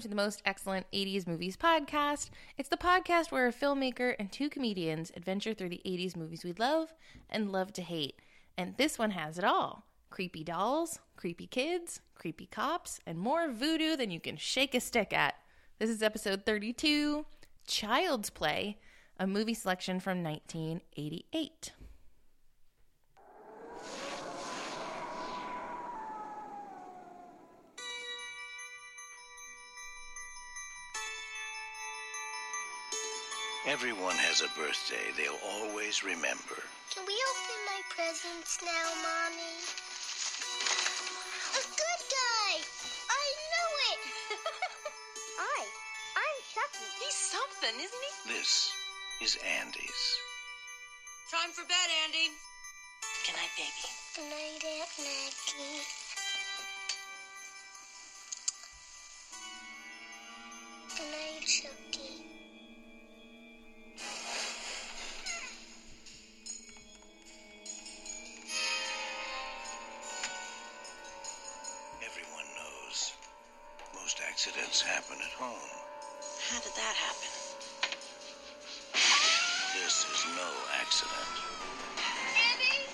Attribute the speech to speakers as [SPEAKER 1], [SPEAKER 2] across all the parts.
[SPEAKER 1] to the Most Excellent 80s Movies podcast. It's the podcast where a filmmaker and two comedians adventure through the 80s movies we love and love to hate. And this one has it all creepy dolls, creepy kids, creepy cops, and more voodoo than you can shake a stick at. This is episode 32 Child's Play, a movie selection from 1988.
[SPEAKER 2] Everyone has a birthday they'll always remember.
[SPEAKER 3] Can we open my presents now, Mommy? A good guy! I know it! I, I'm Chucky.
[SPEAKER 4] He's something, isn't he?
[SPEAKER 2] This is Andy's.
[SPEAKER 4] Time for bed, Andy. Good night, baby.
[SPEAKER 3] Good night, Aunt Maggie. Good night, Chucky.
[SPEAKER 2] Everyone knows most accidents happen at home.
[SPEAKER 4] How did that happen?
[SPEAKER 2] This is no accident.
[SPEAKER 3] Andy!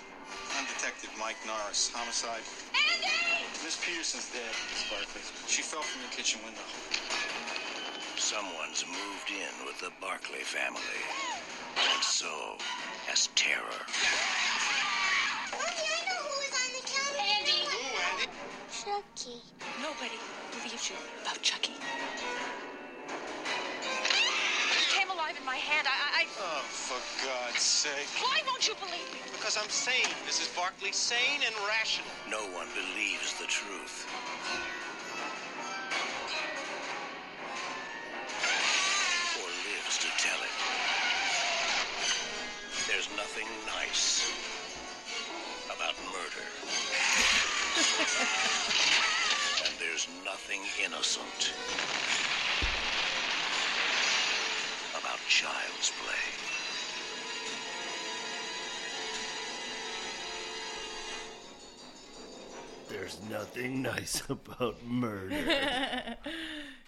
[SPEAKER 5] I'm Detective Mike Norris, homicide.
[SPEAKER 3] Andy!
[SPEAKER 5] Miss Peterson's dead, Miss Barclay. She fell from your kitchen window.
[SPEAKER 2] Someone's moved in with the Barclay family, and so has terror.
[SPEAKER 3] Mommy, I know who was on the counter. Andy! Who, Andy? Chucky.
[SPEAKER 4] Nobody believes you about Chucky. He came alive in my hand. I, I, I.
[SPEAKER 5] Oh, for God's sake.
[SPEAKER 4] Why won't you believe me?
[SPEAKER 6] Because I'm sane, Mrs. Barkley, sane and rational.
[SPEAKER 2] No one believes the truth. Or lives to tell it. There's nothing nice about murder. and there's nothing innocent about child's play.
[SPEAKER 7] There's nothing nice about murder.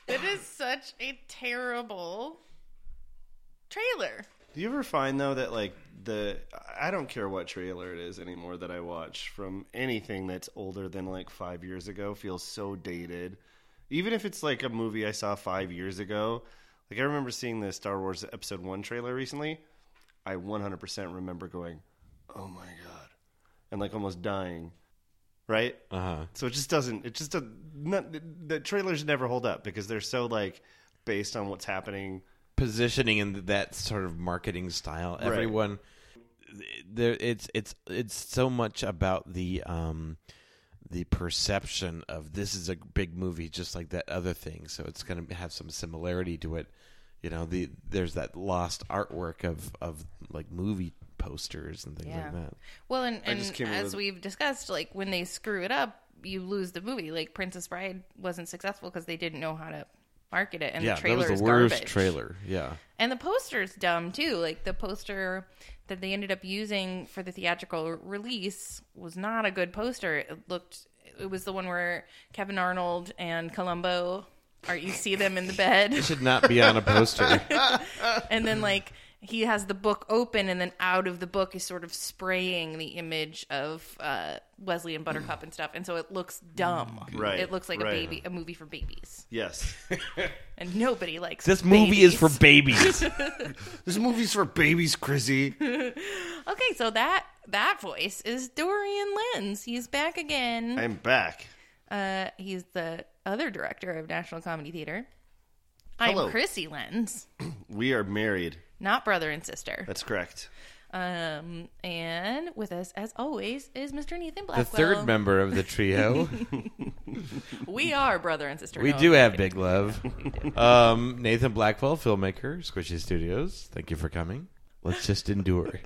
[SPEAKER 1] It is such a terrible trailer.
[SPEAKER 8] Do you ever find though that like the I don't care what trailer it is anymore that I watch from anything that's older than like five years ago feels so dated. Even if it's like a movie I saw five years ago, like I remember seeing the Star Wars Episode One trailer recently. I 100% remember going, "Oh my god," and like almost dying. Right. Uh huh. So it just doesn't. It just doesn't. Not, the, the trailers never hold up because they're so like based on what's happening
[SPEAKER 9] positioning in that sort of marketing style. Everyone, there it's it's it's so much about the um the perception of this is a big movie, just like that other thing. So it's going to have some similarity to it. You know, the there's that lost artwork of of like movie posters and things
[SPEAKER 1] Yeah.
[SPEAKER 9] like that.
[SPEAKER 1] Well, and, and
[SPEAKER 8] just came up
[SPEAKER 1] as
[SPEAKER 8] with-
[SPEAKER 1] we've discussed, like when they screw it up, you lose the movie. Like Princess Bride wasn't successful because they didn't know how to market it, and
[SPEAKER 9] yeah,
[SPEAKER 1] the trailer
[SPEAKER 9] that was
[SPEAKER 1] is
[SPEAKER 9] the worst
[SPEAKER 1] garbage.
[SPEAKER 9] trailer. Yeah.
[SPEAKER 1] And the poster's dumb too. Like the poster that they ended up using for the theatrical release was not a good poster. It looked. It was the one where Kevin Arnold and Columbo are. You see them in the bed,
[SPEAKER 9] Should not be on a poster.
[SPEAKER 1] and then like. He has the book open, and then out of the book is sort of spraying the image of uh, Wesley and Buttercup and stuff, and so it looks dumb.
[SPEAKER 9] Mm.
[SPEAKER 8] Right,
[SPEAKER 1] It looks like a
[SPEAKER 8] right.
[SPEAKER 1] baby, a movie for babies,
[SPEAKER 8] Yes.
[SPEAKER 1] and nobody likes
[SPEAKER 9] this movie is for
[SPEAKER 1] babies.
[SPEAKER 9] babies.
[SPEAKER 8] this movie's for babies, Chrissy.
[SPEAKER 1] Okay, so that that voice is Dorian Lenz. He's back again.
[SPEAKER 8] I'm back.
[SPEAKER 1] Uh, he's the other director of National Comedy Theater.
[SPEAKER 8] Hello.
[SPEAKER 1] I'm Chrissy Lenz,
[SPEAKER 8] We are married.
[SPEAKER 1] not brother and sister.
[SPEAKER 8] That's correct.
[SPEAKER 1] Um, and with us, as always, is Mr. Nathan
[SPEAKER 9] the
[SPEAKER 1] Blackwell.
[SPEAKER 9] third member of the trio.
[SPEAKER 1] We are brother and sister.
[SPEAKER 9] We
[SPEAKER 1] No,
[SPEAKER 9] do
[SPEAKER 1] I'm
[SPEAKER 9] have
[SPEAKER 1] kidding.
[SPEAKER 9] big love. um, Nathan Blackwell, filmmaker, Squishy Studios. Thank you for coming. Let's just endure.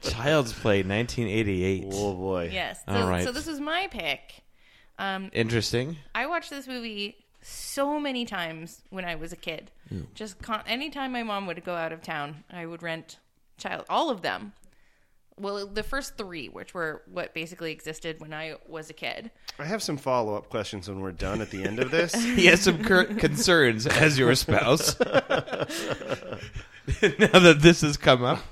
[SPEAKER 9] Child's Play, 1988.
[SPEAKER 8] Oh boy.
[SPEAKER 1] Yes. So,
[SPEAKER 9] All right.
[SPEAKER 1] so this was my pick.
[SPEAKER 9] Interesting.
[SPEAKER 1] I watched this movie so many times when I was a kid. Just con- anytime my mom would go out of town, I would rent child all of them. Well, the first three, which were what basically existed when I was a kid.
[SPEAKER 8] I have some follow up questions when we're done at the end of this.
[SPEAKER 9] He has some cur- concerns as your spouse. now that this has come up,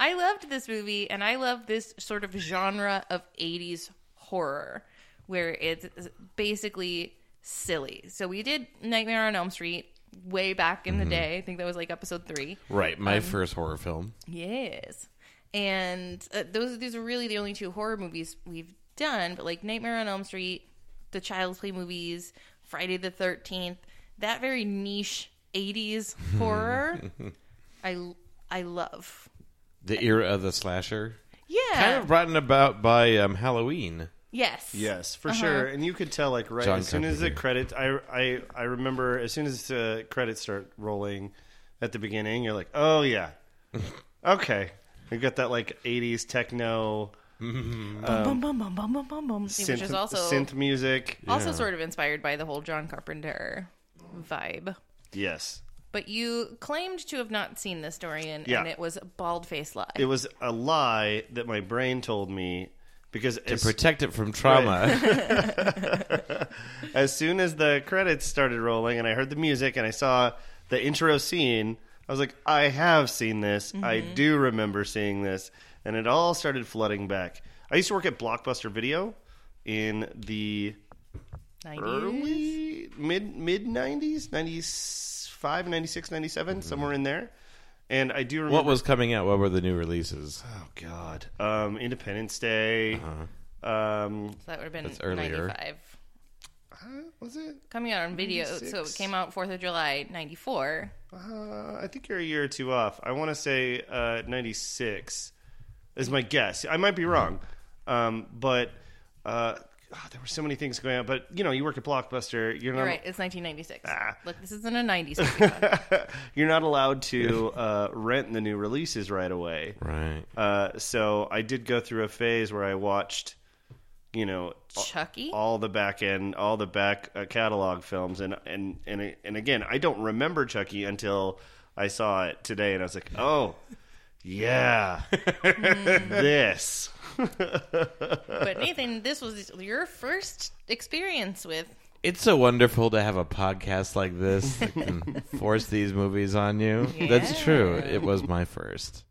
[SPEAKER 1] I loved this movie, and I love this sort of genre of 80s horror where it's basically silly. So we did Nightmare on Elm Street way back in
[SPEAKER 9] Mm-hmm.
[SPEAKER 1] the day. I think that was like episode three.
[SPEAKER 9] right? My first horror film.
[SPEAKER 1] Yes. And uh, those these are really the only two horror movies we've done, but like Nightmare on Elm Street, the Child's Play movies, Friday the 13th, that very niche 80s horror I I love.
[SPEAKER 9] The era of the slasher,
[SPEAKER 1] Yeah.
[SPEAKER 9] kind of brought about by um, Halloween.
[SPEAKER 1] yes.
[SPEAKER 8] Yes, for
[SPEAKER 1] Uh-huh.
[SPEAKER 8] sure. And you could tell, like, right
[SPEAKER 9] John
[SPEAKER 8] as soon as the
[SPEAKER 9] Carpenter.
[SPEAKER 8] credits, I, I, I remember as soon as the credits start rolling at the beginning, you're like, oh yeah, okay, we've got that like '80s techno
[SPEAKER 1] Bum, bum,
[SPEAKER 8] Um,
[SPEAKER 1] bum, bum, bum, bum, bum, which
[SPEAKER 8] synth,
[SPEAKER 1] is also
[SPEAKER 8] synth music.
[SPEAKER 1] also sort of inspired by the whole John Carpenter vibe.
[SPEAKER 8] Yes,
[SPEAKER 1] But you claimed to have not seen this, Dorian,
[SPEAKER 8] Yeah.
[SPEAKER 1] and it was a bald faced lie.
[SPEAKER 8] it was a lie that my brain told me because
[SPEAKER 9] To
[SPEAKER 8] as,
[SPEAKER 9] protect it from trauma.
[SPEAKER 8] as soon as the credits started rolling and I heard the music and I saw the intro scene, I was like, I have seen this. I
[SPEAKER 9] Mm-hmm.
[SPEAKER 8] do remember seeing this. And it all started flooding back. I used to work at Blockbuster Video in the
[SPEAKER 1] 90s?
[SPEAKER 8] early mid mid 90s, 95, 96, 97, somewhere in there. And I do remember
[SPEAKER 9] Mm-hmm. what was coming out? What were the new releases?
[SPEAKER 8] Oh god. Um Independence Day.
[SPEAKER 9] Uh-huh.
[SPEAKER 8] Um
[SPEAKER 1] So that would have been
[SPEAKER 9] That's earlier.
[SPEAKER 1] 95.
[SPEAKER 8] uh, was it?
[SPEAKER 1] Coming out on video, so it
[SPEAKER 8] 96.
[SPEAKER 1] came out 4th of July, 94.
[SPEAKER 8] Uh, I think you're a year or two off. I want to say uh, 96 is my guess. I might be wrong. Um, but uh, God, there were so many things going on. But, you know, you work at Blockbuster. You're not,
[SPEAKER 1] You're right, it's 1996.
[SPEAKER 8] Ah.
[SPEAKER 1] Look, this isn't a 90s movie.
[SPEAKER 8] you're not allowed to uh, rent the new releases right away.
[SPEAKER 9] Right.
[SPEAKER 8] Uh, so I did go through a phase where I watched, you know,
[SPEAKER 1] Chucky?
[SPEAKER 8] all the back end, all the back uh, catalog films, and and and and again, I don't remember Chucky until I saw it today, and I was like, oh, yeah, this.
[SPEAKER 1] but Nathan, this was your first experience with.
[SPEAKER 9] It's so wonderful to have a podcast like this that can force these movies on you. That's true. It was my first.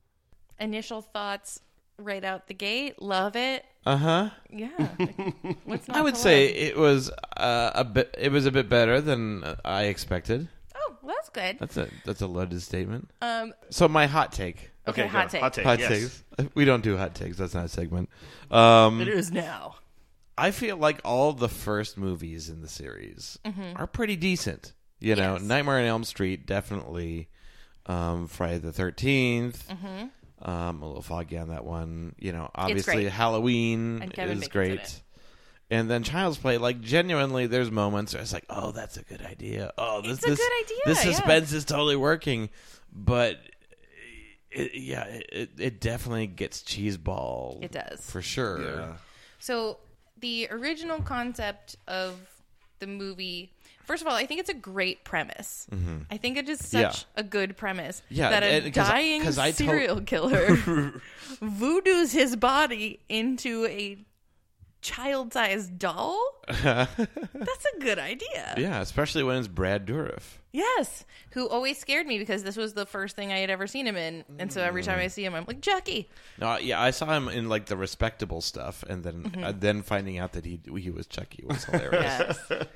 [SPEAKER 1] Initial thoughts right out the gate. Love it.
[SPEAKER 9] Uh huh.
[SPEAKER 1] Yeah. Like, what's not
[SPEAKER 9] I would
[SPEAKER 1] to
[SPEAKER 9] say
[SPEAKER 1] love?
[SPEAKER 9] it was uh, a bit. It was a bit better than uh, I expected.
[SPEAKER 1] Oh, well, that's good.
[SPEAKER 9] That's a that's a loaded statement.
[SPEAKER 1] Um,
[SPEAKER 9] So my hot take.
[SPEAKER 1] okay,
[SPEAKER 8] go.
[SPEAKER 1] hot take.
[SPEAKER 8] Hot take.
[SPEAKER 9] Hot
[SPEAKER 8] yes.
[SPEAKER 9] takes. We don't do hot takes. That's not a segment. Um,
[SPEAKER 1] It is now.
[SPEAKER 9] I feel like all the first movies in the series
[SPEAKER 1] Mm-hmm.
[SPEAKER 9] are pretty decent. You know, Nightmare on Elm Street definitely, um, Friday the 13th Um, a little foggy on that one. You know, obviously
[SPEAKER 1] Mm-hmm. great.
[SPEAKER 9] Halloween
[SPEAKER 1] And Kevin Bacon's
[SPEAKER 9] is
[SPEAKER 1] in
[SPEAKER 9] great.
[SPEAKER 1] it.
[SPEAKER 9] And then Child's Play, like genuinely, there's moments where it's like, oh, that's a good idea. Oh, this
[SPEAKER 1] It's a
[SPEAKER 9] this
[SPEAKER 1] good idea,
[SPEAKER 9] This
[SPEAKER 1] yeah.
[SPEAKER 9] suspense is totally working, but. It, yeah, it, it- it definitely gets cheese ball.
[SPEAKER 1] It does.
[SPEAKER 9] for sure.
[SPEAKER 1] So the original concept of the movie. First of all, I think it's a great premise. I think it is such
[SPEAKER 9] Mm-hmm. Yeah.
[SPEAKER 1] a good premise
[SPEAKER 9] Yeah,
[SPEAKER 1] that a
[SPEAKER 9] and- 'cause I-
[SPEAKER 1] dying
[SPEAKER 9] 'cause I to-
[SPEAKER 1] serial killer voodoos his body into a child-sized doll. That's a good idea.
[SPEAKER 9] Yeah, especially when it's Brad Dourif.
[SPEAKER 1] Yes, who always scared me because this was the first thing I had ever seen him in, and so every
[SPEAKER 9] Mm.
[SPEAKER 1] time I see him, I'm like Jackie.
[SPEAKER 9] No, I- yeah, I saw him in like the respectable stuff, and then
[SPEAKER 1] Mm-hmm.
[SPEAKER 9] uh, then finding out that he he was Chucky was hilarious.
[SPEAKER 1] Yes.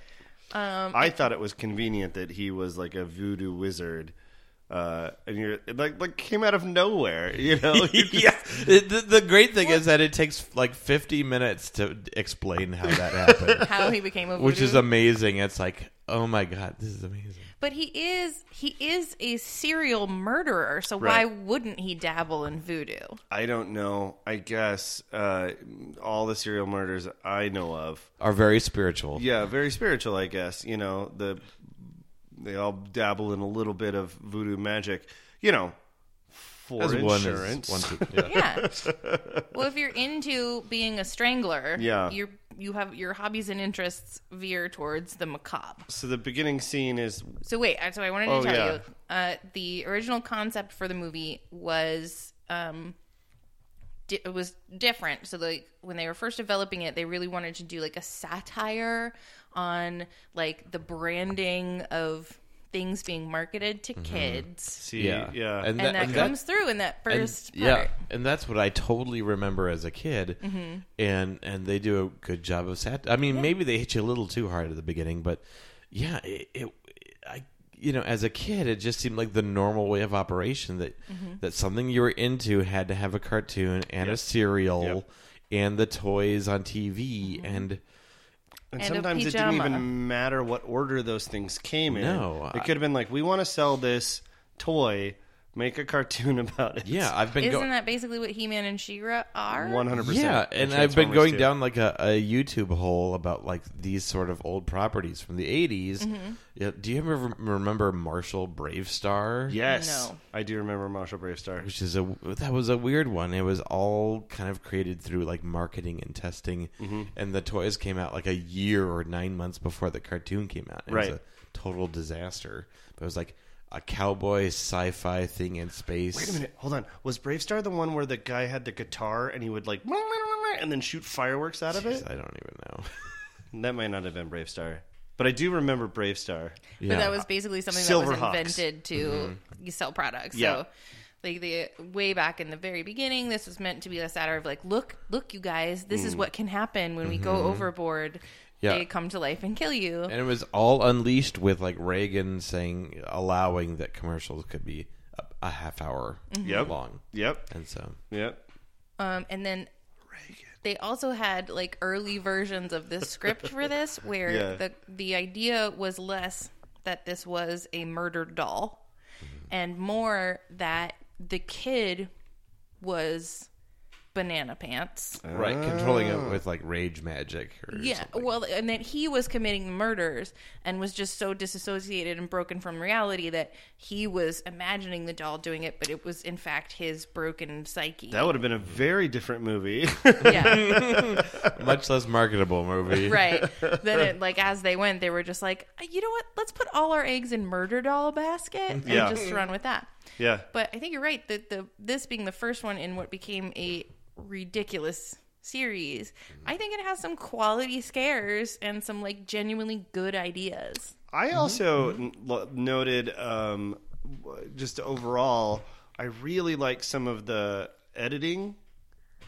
[SPEAKER 8] I thought it was convenient that he was like a voodoo wizard. Uh, and you're it, like, like came out of nowhere, you know. You're just-
[SPEAKER 9] yeah, the, the, the great thing is that it takes like 50 minutes to explain how that happened,
[SPEAKER 1] How he became a voodoo.
[SPEAKER 9] which is amazing. It's like, oh my god, this is amazing.
[SPEAKER 1] But he is he is a serial murderer, so why
[SPEAKER 8] Right.
[SPEAKER 1] wouldn't he dabble in voodoo?
[SPEAKER 8] I don't know. I guess uh, all the serial murders I know of,
[SPEAKER 9] Are very spiritual.
[SPEAKER 8] yeah, very spiritual. I guess you know the they all dabble in a little bit of voodoo magic. You know, for
[SPEAKER 9] As one is-
[SPEAKER 8] insurance.
[SPEAKER 9] one, two- yeah.
[SPEAKER 1] Yeah. well, if you're into being a strangler,
[SPEAKER 8] Yeah.
[SPEAKER 1] you're you have your hobbies and interests veer towards the macabre.
[SPEAKER 8] so the beginning scene is
[SPEAKER 1] So wait, I- so I wanted to
[SPEAKER 8] Oh,
[SPEAKER 1] tell
[SPEAKER 8] yeah.
[SPEAKER 1] you, uh, the original concept for the movie was um, di- it was different. So like when they were first developing it, they really wanted to do like a satire on like the branding of things being marketed to kids.
[SPEAKER 8] See, yeah, yeah.
[SPEAKER 1] And, that, comes through in that
[SPEAKER 9] and-
[SPEAKER 1] first
[SPEAKER 9] yeah,
[SPEAKER 1] part. Mm-hmm.
[SPEAKER 9] and that's what I totally remember as a kid. And and they do a good job of sat. I mean, maybe they hit you a little too hard at the beginning, but yeah, it, it I you know, as a kid, it just seemed like the normal way of operation that
[SPEAKER 1] Mm-hmm.
[SPEAKER 9] that something you were into had to have a cartoon and a serial
[SPEAKER 8] Yep.
[SPEAKER 9] and the toys on TV
[SPEAKER 1] Mm-hmm.
[SPEAKER 9] and
[SPEAKER 1] And
[SPEAKER 8] And,
[SPEAKER 1] a
[SPEAKER 8] sometimes it didn't
[SPEAKER 1] pajama.
[SPEAKER 8] even matter what order those things came in.
[SPEAKER 9] No, I-
[SPEAKER 8] it could have been like, we want to sell this toy, make a cartoon about it.
[SPEAKER 9] yeah, I've been
[SPEAKER 1] Isn't
[SPEAKER 9] going.
[SPEAKER 1] that basically what He-Man and She-Ra are?
[SPEAKER 8] one hundred percent.
[SPEAKER 9] Yeah, and I've been going down like a, a YouTube hole about like these sort of old properties from the 80s. Yeah, do you ever remember Marshall Bravestar?
[SPEAKER 8] Yes,
[SPEAKER 1] No.
[SPEAKER 8] I do remember Marshall Bravestar.
[SPEAKER 9] Which is a that was a weird one. It was all kind of created through like marketing and testing,
[SPEAKER 8] Mm-hmm.
[SPEAKER 9] and the toys came out like a year or nine months before the cartoon came out. It
[SPEAKER 8] Right.
[SPEAKER 9] was a total disaster. But it was like a cowboy sci-fi thing in space.
[SPEAKER 8] Wait a minute, hold on. Was Bravestar the one where the guy had the guitar and he would like and then shoot fireworks out of it?
[SPEAKER 9] I don't even know.
[SPEAKER 8] That might not have been Bravestar, but I do remember Bravestar.
[SPEAKER 1] But that was basically something that was
[SPEAKER 8] Silverhawks.
[SPEAKER 1] invented to
[SPEAKER 9] Mm-hmm.
[SPEAKER 1] sell products.
[SPEAKER 8] Yeah.
[SPEAKER 1] So like the way back in the very beginning, this was meant to be a satire of like, look, look, you guys, this is what can happen when we go overboard.
[SPEAKER 9] Mm. Mm-hmm. Yeah.
[SPEAKER 1] They come to life and kill you.
[SPEAKER 9] And it was all unleashed with like Reagan saying, allowing that commercials could be a, a half hour
[SPEAKER 8] Yep.
[SPEAKER 9] long.
[SPEAKER 8] Yep,
[SPEAKER 9] And so,
[SPEAKER 8] yep.
[SPEAKER 1] Um, and then they also had like early versions of this script for this, where
[SPEAKER 8] Yeah.
[SPEAKER 1] the the idea was less that this was a murdered doll,
[SPEAKER 9] Mm-hmm.
[SPEAKER 1] and more that the kid was banana pants.
[SPEAKER 9] right, controlling it with like rage magic. Or
[SPEAKER 1] Yeah,
[SPEAKER 9] something.
[SPEAKER 1] well, and that he was committing the murders and was just so disassociated and broken from reality that he was imagining the doll doing it, but it was in fact his broken psyche.
[SPEAKER 8] That would have been a very different movie.
[SPEAKER 1] yeah.
[SPEAKER 9] much less marketable movie.
[SPEAKER 1] right then it like as they went they were just like "Uh, you know what let's put all our eggs in murder doll basket and
[SPEAKER 8] Yeah.
[SPEAKER 1] just run with that
[SPEAKER 8] yeah,
[SPEAKER 1] but i think you're right that the this being the first one in what became a ridiculous series i think it has some quality scares and some like genuinely good ideas
[SPEAKER 8] I also n lo noted um, w- just overall, I really like some of the editing.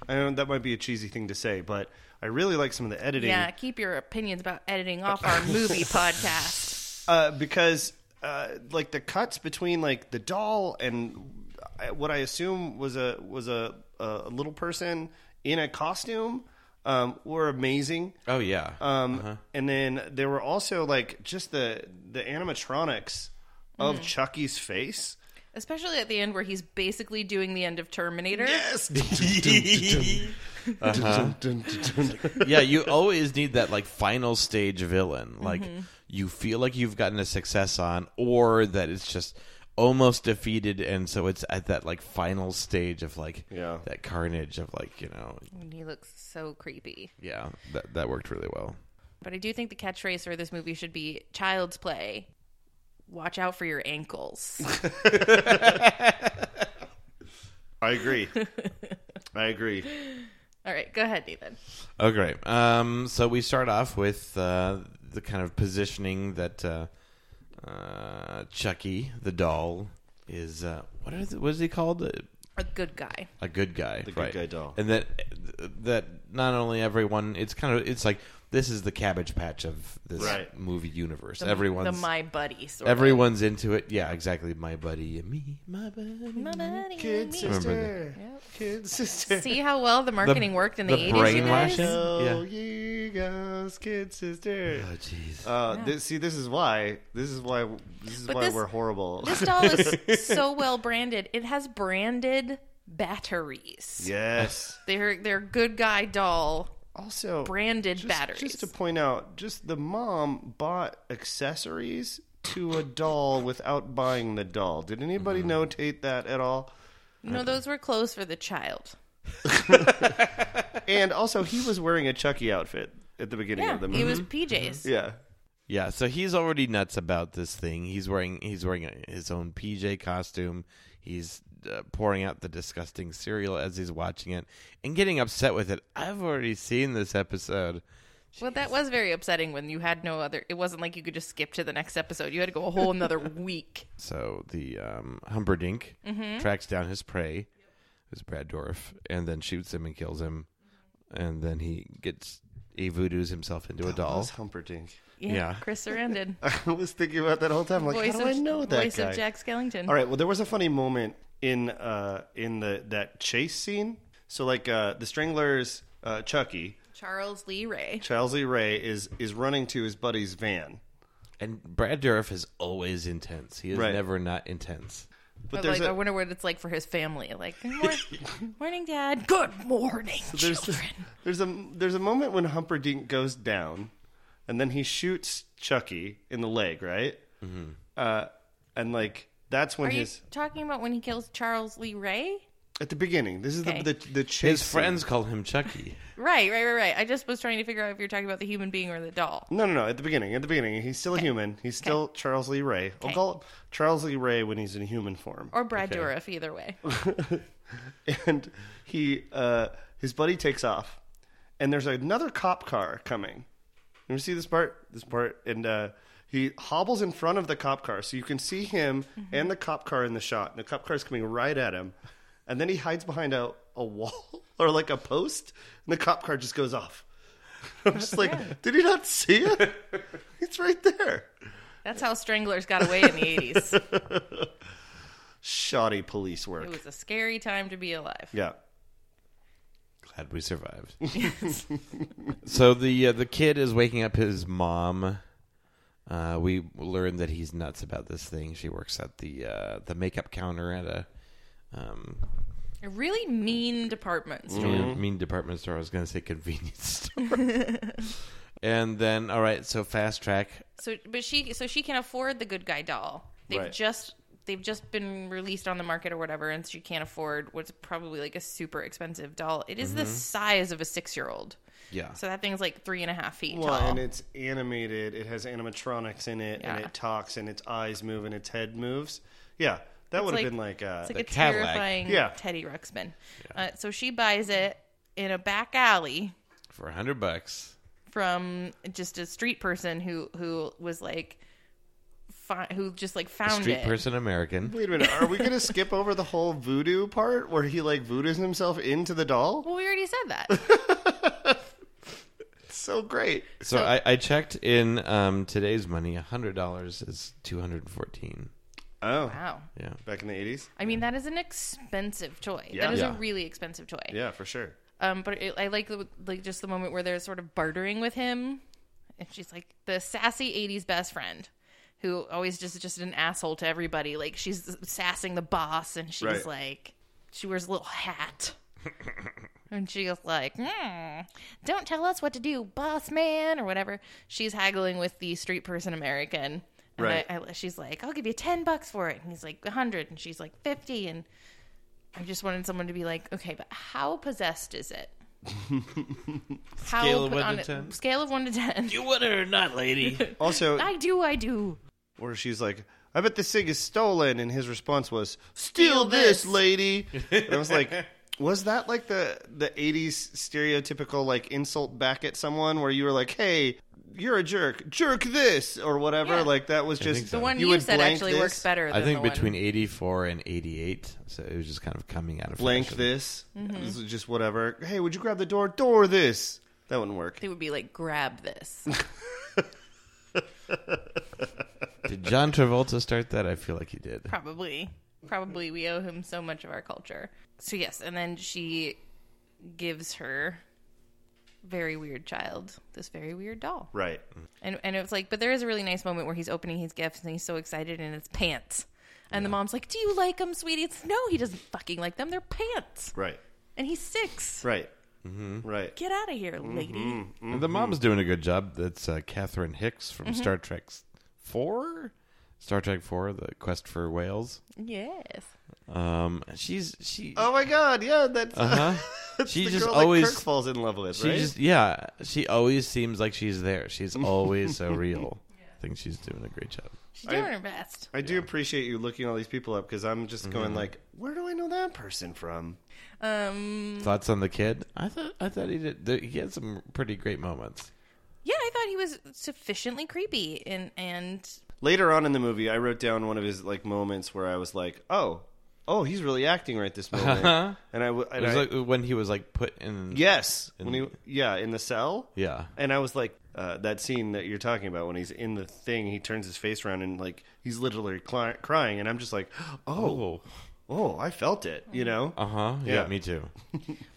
[SPEAKER 8] I know that might be a cheesy thing to say, but I really like some of the editing
[SPEAKER 1] yeah keep your opinions about editing off our movie podcast
[SPEAKER 8] uh, because, uh, like, the cuts between like the doll and I- what I assume was a was a, a little person in a costume um, were amazing.
[SPEAKER 9] Oh, yeah.
[SPEAKER 8] Um, And then there were also like just the the animatronics of Chucky's face.
[SPEAKER 1] especially at the end where he's basically doing the end of terminator
[SPEAKER 9] Uh-huh. yeah, you always need that like final stage villain. Like you feel like you've gotten a success on, or that it's just almost defeated, and so it's at that like final stage of like
[SPEAKER 8] Yeah.
[SPEAKER 9] that carnage of like you know
[SPEAKER 1] and he looks so creepy
[SPEAKER 9] yeah that that worked really well.
[SPEAKER 1] But I do think the catchphrase for this movie should be child's play. Watch out for your ankles.
[SPEAKER 8] I agree. I agree.
[SPEAKER 1] All right, go ahead, Nathan.
[SPEAKER 9] Okay. Um, so we start off with uh, the kind of positioning that uh, uh, Chucky, the doll, is. Uh, what, are the, what is he called? A-
[SPEAKER 1] A good guy.
[SPEAKER 9] A good guy. The
[SPEAKER 8] good guy doll.
[SPEAKER 9] And that that not only everyone, it's kind of it's like this is the Cabbage Patch of this
[SPEAKER 8] Right.
[SPEAKER 9] movie universe.
[SPEAKER 1] The,
[SPEAKER 9] everyone's
[SPEAKER 1] the my buddy sort of.
[SPEAKER 9] everyone's into it. Yeah, exactly. My buddy and me, my buddy.
[SPEAKER 1] My buddy and
[SPEAKER 8] Kid
[SPEAKER 1] me.
[SPEAKER 8] sister. Kid sister.
[SPEAKER 1] See how well the marketing worked in the,
[SPEAKER 9] the
[SPEAKER 1] 80s, you guys?
[SPEAKER 9] brainwashing.
[SPEAKER 8] Oh,
[SPEAKER 9] Yeah.
[SPEAKER 8] you guys, kid sister.
[SPEAKER 9] Oh, jeez.
[SPEAKER 8] Uh, this, see, this is why. This is why. This is
[SPEAKER 1] But
[SPEAKER 8] why
[SPEAKER 1] this-
[SPEAKER 8] we're horrible.
[SPEAKER 1] This doll is so well branded. It has branded batteries.
[SPEAKER 8] yes.
[SPEAKER 1] They're, they're good guy doll
[SPEAKER 8] Also,
[SPEAKER 1] branded
[SPEAKER 8] just,
[SPEAKER 1] batteries.
[SPEAKER 8] Just to point out, just the mom bought accessories to a doll without buying the doll. Did anybody notate that at all? Uh-huh.
[SPEAKER 1] no, those were clothes for the child.
[SPEAKER 8] And also, he was wearing a Chucky outfit at the beginning
[SPEAKER 1] Yeah,
[SPEAKER 8] of the
[SPEAKER 1] it
[SPEAKER 8] movie.
[SPEAKER 1] was PJs.
[SPEAKER 8] yeah.
[SPEAKER 9] Yeah, so he's already nuts about this thing. He's wearing he's wearing his own PJ costume. He's uh, pouring out the disgusting cereal as he's watching it and getting upset with it. I've already seen this episode.
[SPEAKER 1] Well, that was very upsetting when you had no other. It wasn't like you could just skip to the next episode. You had to go a whole another week.
[SPEAKER 9] So the um, Humperdink tracks down his prey, who's Brad Dorf, and then shoots him and kills him. And then he gets, he voodoos himself into a doll.
[SPEAKER 8] It's Humperdinck.
[SPEAKER 1] Yeah,
[SPEAKER 9] Yeah.
[SPEAKER 1] Chris Sarandon,
[SPEAKER 8] I was thinking about that whole time. Like,
[SPEAKER 1] voice
[SPEAKER 8] how
[SPEAKER 1] of
[SPEAKER 8] do I know that
[SPEAKER 1] voice
[SPEAKER 8] guy?
[SPEAKER 1] of Jack Skellington.
[SPEAKER 8] All right. Well, there was a funny moment in uh in the that chase scene. So like uh the Stranglers, uh Chucky,
[SPEAKER 1] Charles Lee Ray.
[SPEAKER 8] Charles Lee Ray is is running to his buddy's van.
[SPEAKER 9] And Brad Dourif is always intense. He is
[SPEAKER 8] Right.
[SPEAKER 9] never not intense.
[SPEAKER 8] But
[SPEAKER 1] But like,
[SPEAKER 8] there's
[SPEAKER 1] I
[SPEAKER 8] a,
[SPEAKER 1] wonder what it's like for his family. Like, good morning, morning Dad. Good morning,
[SPEAKER 8] there's
[SPEAKER 1] children.
[SPEAKER 8] there's a there's a moment when Humperdinck goes down, and then he shoots Chucky in the leg, right? Mm-hmm. Uh, and like that's when
[SPEAKER 1] Are you
[SPEAKER 8] his
[SPEAKER 1] talking about when he kills Charles Lee Ray?
[SPEAKER 8] at the beginning. This is
[SPEAKER 1] Okay.
[SPEAKER 8] the, the the chase.
[SPEAKER 9] His
[SPEAKER 8] scene.
[SPEAKER 9] friends call him Chucky.
[SPEAKER 1] Right, right, right, right. I just was trying to figure out if you're talking about the human being or the doll.
[SPEAKER 8] No, no, no. At the beginning, at the beginning, he's still a human. He's still Charles Lee Ray. I'll
[SPEAKER 1] Okay.
[SPEAKER 8] call him Charles Lee Ray when he's in human form.
[SPEAKER 1] Or Brad Dourif, either way.
[SPEAKER 8] and he uh his buddy takes off and there's another cop car coming you ever see this part this part and uh he hobbles in front of the cop car so you can see him and the cop car in the shot and the cop car is coming right at him and then he hides behind a, a wall or like a post and the cop car just goes off i'm just like did he not see it it's right there
[SPEAKER 1] That's how stranglers got away in the 80s. It
[SPEAKER 8] shoddy police work
[SPEAKER 1] was a scary time to be alive.
[SPEAKER 8] yeah
[SPEAKER 9] Glad we survived. so the uh, the kid is waking up his mom. Uh, we learn that he's nuts about this thing. She works at the uh, the makeup counter at a um,
[SPEAKER 1] A really mean department
[SPEAKER 8] Mm.
[SPEAKER 1] store.
[SPEAKER 9] mean- mean department store. I was going to say convenience store. and then, all right, so fast track.
[SPEAKER 1] So but she so she can afford the good guy doll. They've
[SPEAKER 8] Right.
[SPEAKER 1] just they've just been released on the market or whatever and she can't afford what's probably like a super expensive doll. It is the
[SPEAKER 8] Mm-hmm.
[SPEAKER 1] size of a six year old.
[SPEAKER 9] Yeah.
[SPEAKER 1] So that thing's like three and a half feet
[SPEAKER 8] Well,
[SPEAKER 1] tall.
[SPEAKER 8] and it's animated. It has animatronics in it, and
[SPEAKER 1] Yeah.
[SPEAKER 8] it talks, and its eyes move, and its head moves. Yeah, that would have
[SPEAKER 1] like-
[SPEAKER 8] been like, uh,
[SPEAKER 1] It's like a
[SPEAKER 9] Cadillac.
[SPEAKER 1] terrifying
[SPEAKER 8] Yeah.
[SPEAKER 1] Teddy Ruxpin. Uh, so she buys it in a back alley
[SPEAKER 9] for a hundred bucks.
[SPEAKER 1] from just a street person who who was like, fi- who just like found
[SPEAKER 9] Street
[SPEAKER 1] it.
[SPEAKER 9] person American.
[SPEAKER 8] Wait a minute. Are we going to skip over the whole voodoo part where he like voodoos himself into the doll?
[SPEAKER 1] Well, we already said that.
[SPEAKER 8] It's so great.
[SPEAKER 9] So I, I checked in um, today's money. A hundred dollars is two hundred fourteen.
[SPEAKER 8] Oh,
[SPEAKER 1] wow.
[SPEAKER 9] Yeah.
[SPEAKER 8] back in the eighties.
[SPEAKER 1] I mean, that is an expensive toy.
[SPEAKER 8] Yeah.
[SPEAKER 1] That is
[SPEAKER 9] Yeah.
[SPEAKER 1] a really expensive toy.
[SPEAKER 8] Yeah, for sure.
[SPEAKER 1] Um, but it, I like the, like just the moment where they're sort of bartering with him, and she's like the sassy '80s best friend, who always just just an asshole to everybody. Like she's sassing the boss, and she's
[SPEAKER 8] Right.
[SPEAKER 1] like, she wears a little hat, and she's like, hmm, "Don't tell us what to do, boss man," or whatever. She's haggling with the street person American. And
[SPEAKER 8] Right.
[SPEAKER 1] I, I, she's like, "I'll give you ten bucks for it," and he's like, hundred, and she's like, fifty, and I just wanted someone to be like, okay, but how possessed is it? how
[SPEAKER 9] Scale of
[SPEAKER 1] put
[SPEAKER 9] one
[SPEAKER 1] on
[SPEAKER 9] to
[SPEAKER 1] a-
[SPEAKER 9] 10?
[SPEAKER 1] Scale of one to ten.
[SPEAKER 9] You want it or not, lady?
[SPEAKER 8] Also,
[SPEAKER 1] I do, I do.
[SPEAKER 8] where she's like, "I bet this thing is stolen," and his response was, "Steal this,
[SPEAKER 1] this."
[SPEAKER 8] lady." and I was like, "Was that like the the '80s stereotypical like insult back at someone where you were like, hey, you're a jerk, jerk this or whatever?'
[SPEAKER 1] Yeah.
[SPEAKER 8] Like that was just
[SPEAKER 9] think so.
[SPEAKER 1] The one
[SPEAKER 8] you
[SPEAKER 1] you,
[SPEAKER 8] would
[SPEAKER 1] said
[SPEAKER 8] blank
[SPEAKER 1] actually
[SPEAKER 8] this,
[SPEAKER 1] works better. Than
[SPEAKER 9] I think
[SPEAKER 1] the
[SPEAKER 9] between e-
[SPEAKER 1] one.
[SPEAKER 9] 84 and 88. So it was just kind of coming out of
[SPEAKER 8] Blank
[SPEAKER 9] fashion.
[SPEAKER 8] this,
[SPEAKER 1] Mm-hmm.
[SPEAKER 8] This is just whatever. Hey, would you grab the door? Door this. That wouldn't work.
[SPEAKER 1] they would be like, grab this.
[SPEAKER 9] Did John Travolta start that? I feel like he did.
[SPEAKER 1] Probably, probably we owe him so much of our culture. So yes, and then she gives her very weird child this very weird doll,
[SPEAKER 8] Right.
[SPEAKER 9] Mm-hmm.
[SPEAKER 1] and and it's like, but there is a really nice moment where he's opening his gifts and he's so excited in his pants. And the mom's like, "Do you like them, sweetie?" It's no, he doesn't fucking like them. They're pants.
[SPEAKER 8] Right.
[SPEAKER 1] and he's six.
[SPEAKER 8] Right.
[SPEAKER 9] Mm-hmm.
[SPEAKER 8] Mm-hmm. Right.
[SPEAKER 1] Get out of here, lady.
[SPEAKER 9] And the
[SPEAKER 8] Mm-hmm.
[SPEAKER 9] mom's doing a good job. That's uh, Catherine Hicks from Star Trek 4? Star Trek 4, The Quest for Whales.
[SPEAKER 1] Yes.
[SPEAKER 9] Um, she's she
[SPEAKER 8] Oh my God! Yeah, that's,
[SPEAKER 9] uh-huh.
[SPEAKER 8] that's
[SPEAKER 9] she
[SPEAKER 8] the
[SPEAKER 9] just
[SPEAKER 8] girl
[SPEAKER 9] always
[SPEAKER 8] that Kirk falls in love with.
[SPEAKER 9] she
[SPEAKER 8] right?
[SPEAKER 9] just yeah, she always seems like she's there. She's always so real. I think she's doing a great job.
[SPEAKER 1] She's doing
[SPEAKER 8] I-
[SPEAKER 1] her best.
[SPEAKER 8] I do appreciate you looking all these people up because I'm just
[SPEAKER 9] Mm-hmm.
[SPEAKER 8] going like, where do I know that person from?
[SPEAKER 1] Um,
[SPEAKER 8] Mm.
[SPEAKER 9] Thoughts on the kid? I thought I thought he did. th- He had some pretty great moments.
[SPEAKER 1] yeah, I thought he was sufficiently creepy and and
[SPEAKER 8] Later on in the movie, I wrote down one of his like moments where I was like, oh, oh, he's really acting right this moment.
[SPEAKER 9] Uh-huh.
[SPEAKER 8] And I, w- and
[SPEAKER 9] It was
[SPEAKER 8] I-
[SPEAKER 9] like uh, when he was like put in.
[SPEAKER 8] yes, when he, yeah, in the cell.
[SPEAKER 9] Yeah.
[SPEAKER 8] And I was like, uh, that scene that you're talking about when he's in the thing, he turns his face around and like he's literally cli crying, and I'm just like, oh,
[SPEAKER 9] Oh.
[SPEAKER 8] oh, I felt it, you know.
[SPEAKER 9] Uh huh. Yeah.
[SPEAKER 8] Yeah.
[SPEAKER 9] Me too.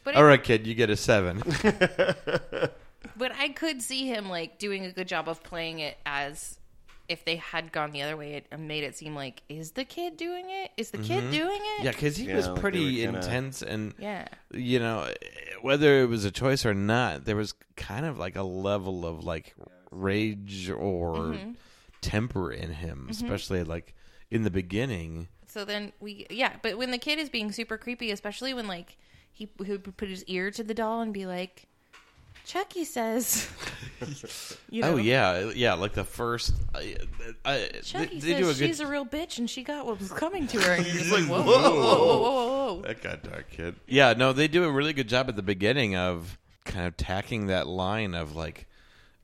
[SPEAKER 1] but I,
[SPEAKER 9] All right, kid. You get a seven.
[SPEAKER 1] but I could see him like doing a good job of playing it as if they had gone the other way and made it seem like is the kid doing it? Is the
[SPEAKER 8] Mm-hmm.
[SPEAKER 1] kid doing it?
[SPEAKER 9] yeah, because he was
[SPEAKER 8] like they
[SPEAKER 9] pretty
[SPEAKER 8] were kinda-
[SPEAKER 9] intense and.
[SPEAKER 1] Yeah.
[SPEAKER 9] You know, whether it was a choice or not, there was kind of like a level of like rage or
[SPEAKER 1] Mm-hmm.
[SPEAKER 9] temper in him, especially like in the beginning.
[SPEAKER 1] So then we yeah, but when the kid is being super creepy, especially when like he, he would put his ear to the doll and be like, Chucky says, you
[SPEAKER 9] Oh yeah, yeah. Like the first, I, I, they-
[SPEAKER 1] Chucky
[SPEAKER 9] they do a
[SPEAKER 1] says
[SPEAKER 9] good
[SPEAKER 1] she's a real bitch and she got what was coming to her. And you're just like, whoa, whoa, whoa, whoa, whoa, whoa.
[SPEAKER 9] That got dark, kid. Yeah, no, they do a really good job at the beginning of kind of tacking that line of like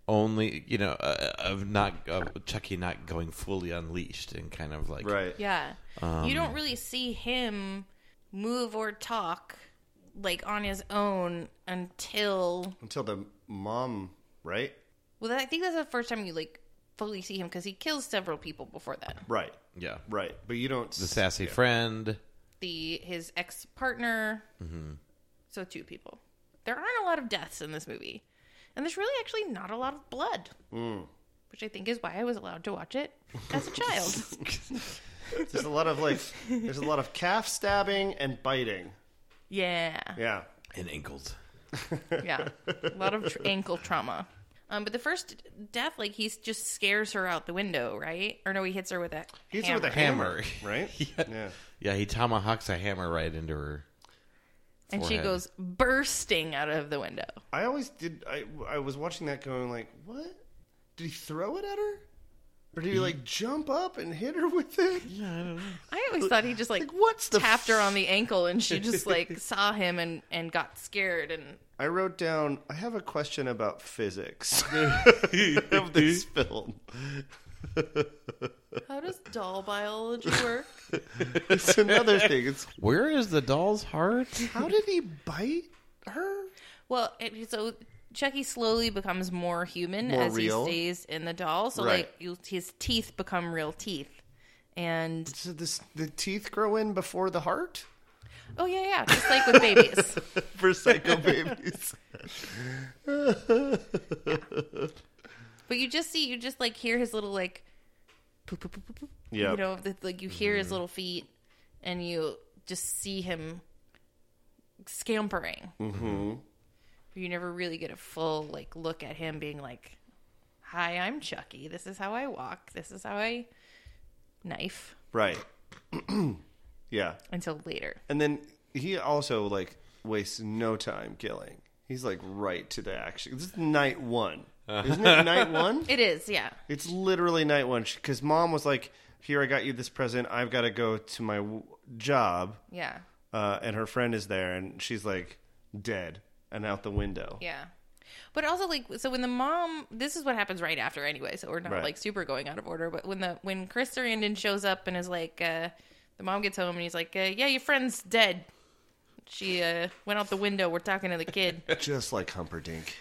[SPEAKER 9] only you know uh, of not of Chucky not going fully unleashed and kind of like
[SPEAKER 8] Right.
[SPEAKER 1] Yeah. you
[SPEAKER 9] Um,
[SPEAKER 1] don't really see him move or talk like on his own until
[SPEAKER 8] Until the mom, right?
[SPEAKER 1] well I think that's the first time you like fully see him because he kills several people before that.
[SPEAKER 8] Right.
[SPEAKER 9] yeah
[SPEAKER 8] Right. But you don't.
[SPEAKER 9] the sassy friend
[SPEAKER 1] the his ex partner. So two people. There aren't a lot of deaths in this movie, and there's really actually not a lot of blood, which I think is why I was allowed to watch it as a child.
[SPEAKER 8] There's a lot of like, there's a lot of calf stabbing and biting.
[SPEAKER 1] yeah,
[SPEAKER 8] Yeah.
[SPEAKER 9] and ankles.
[SPEAKER 1] yeah, a lot of tr- ankle trauma. Um, but the first death, like he just scares her out the window, right? Or no, he hits her with that.
[SPEAKER 8] He's with a hammer,
[SPEAKER 9] Hammer.
[SPEAKER 8] right?
[SPEAKER 9] Yeah.
[SPEAKER 8] Yeah.
[SPEAKER 9] Yeah, he tomahawks a hammer right into her.
[SPEAKER 1] and she
[SPEAKER 9] forehead.
[SPEAKER 1] goes bursting out of the window.
[SPEAKER 8] I always did. I I was watching that going like, what? Did he throw it at her, or did he like jump up and hit her with it?
[SPEAKER 1] I always thought he just like,
[SPEAKER 8] Like, what's the
[SPEAKER 1] tapped her on the ankle, and she just like saw him and and got scared and
[SPEAKER 8] I wrote down. I have a question about physics of this film.
[SPEAKER 1] How does doll biology work?
[SPEAKER 8] It's another thing. It's
[SPEAKER 9] Where is the doll's heart?
[SPEAKER 8] how did he bite her?
[SPEAKER 1] well, it, so Chucky slowly becomes more human
[SPEAKER 8] More
[SPEAKER 1] as
[SPEAKER 8] real.
[SPEAKER 1] he stays in the doll. So
[SPEAKER 8] Right.
[SPEAKER 1] like you, his teeth become real teeth, and
[SPEAKER 8] So this the teeth grow in before the heart
[SPEAKER 1] oh yeah, yeah, just like with babies.
[SPEAKER 8] for psycho babies.
[SPEAKER 1] But you just see, you just like hear his little like, poop, poop, poop, poop, poop.
[SPEAKER 8] Yeah.
[SPEAKER 1] you know, the, like you hear his little feet, and you just see him scampering. Mm-hmm. But you never really get a full like look at him being like, "Hi, I'm Chucky. This is how I walk. This is how I knife."
[SPEAKER 8] Right. yeah.
[SPEAKER 1] Until later,
[SPEAKER 8] And then he also like wastes no time killing. He's like right to the action. This is night one, isn't it? night one.
[SPEAKER 1] it is, yeah.
[SPEAKER 8] It's literally night one because mom was like, "Here, I got you this present. I've got to go to my w- job,"
[SPEAKER 1] Yeah,
[SPEAKER 8] uh, and her friend is there, and she's like dead and out the window.
[SPEAKER 1] yeah. But also like so when the mom this is what happens right after anyway, so we're not
[SPEAKER 8] Right.
[SPEAKER 1] like super going out of order, but when the when Chris Sarandon shows up and is like uh the mom gets home and he's like, uh, yeah, your friend's dead. She uh went out the window, we're talking to the kid.
[SPEAKER 8] Just like Humperdinck.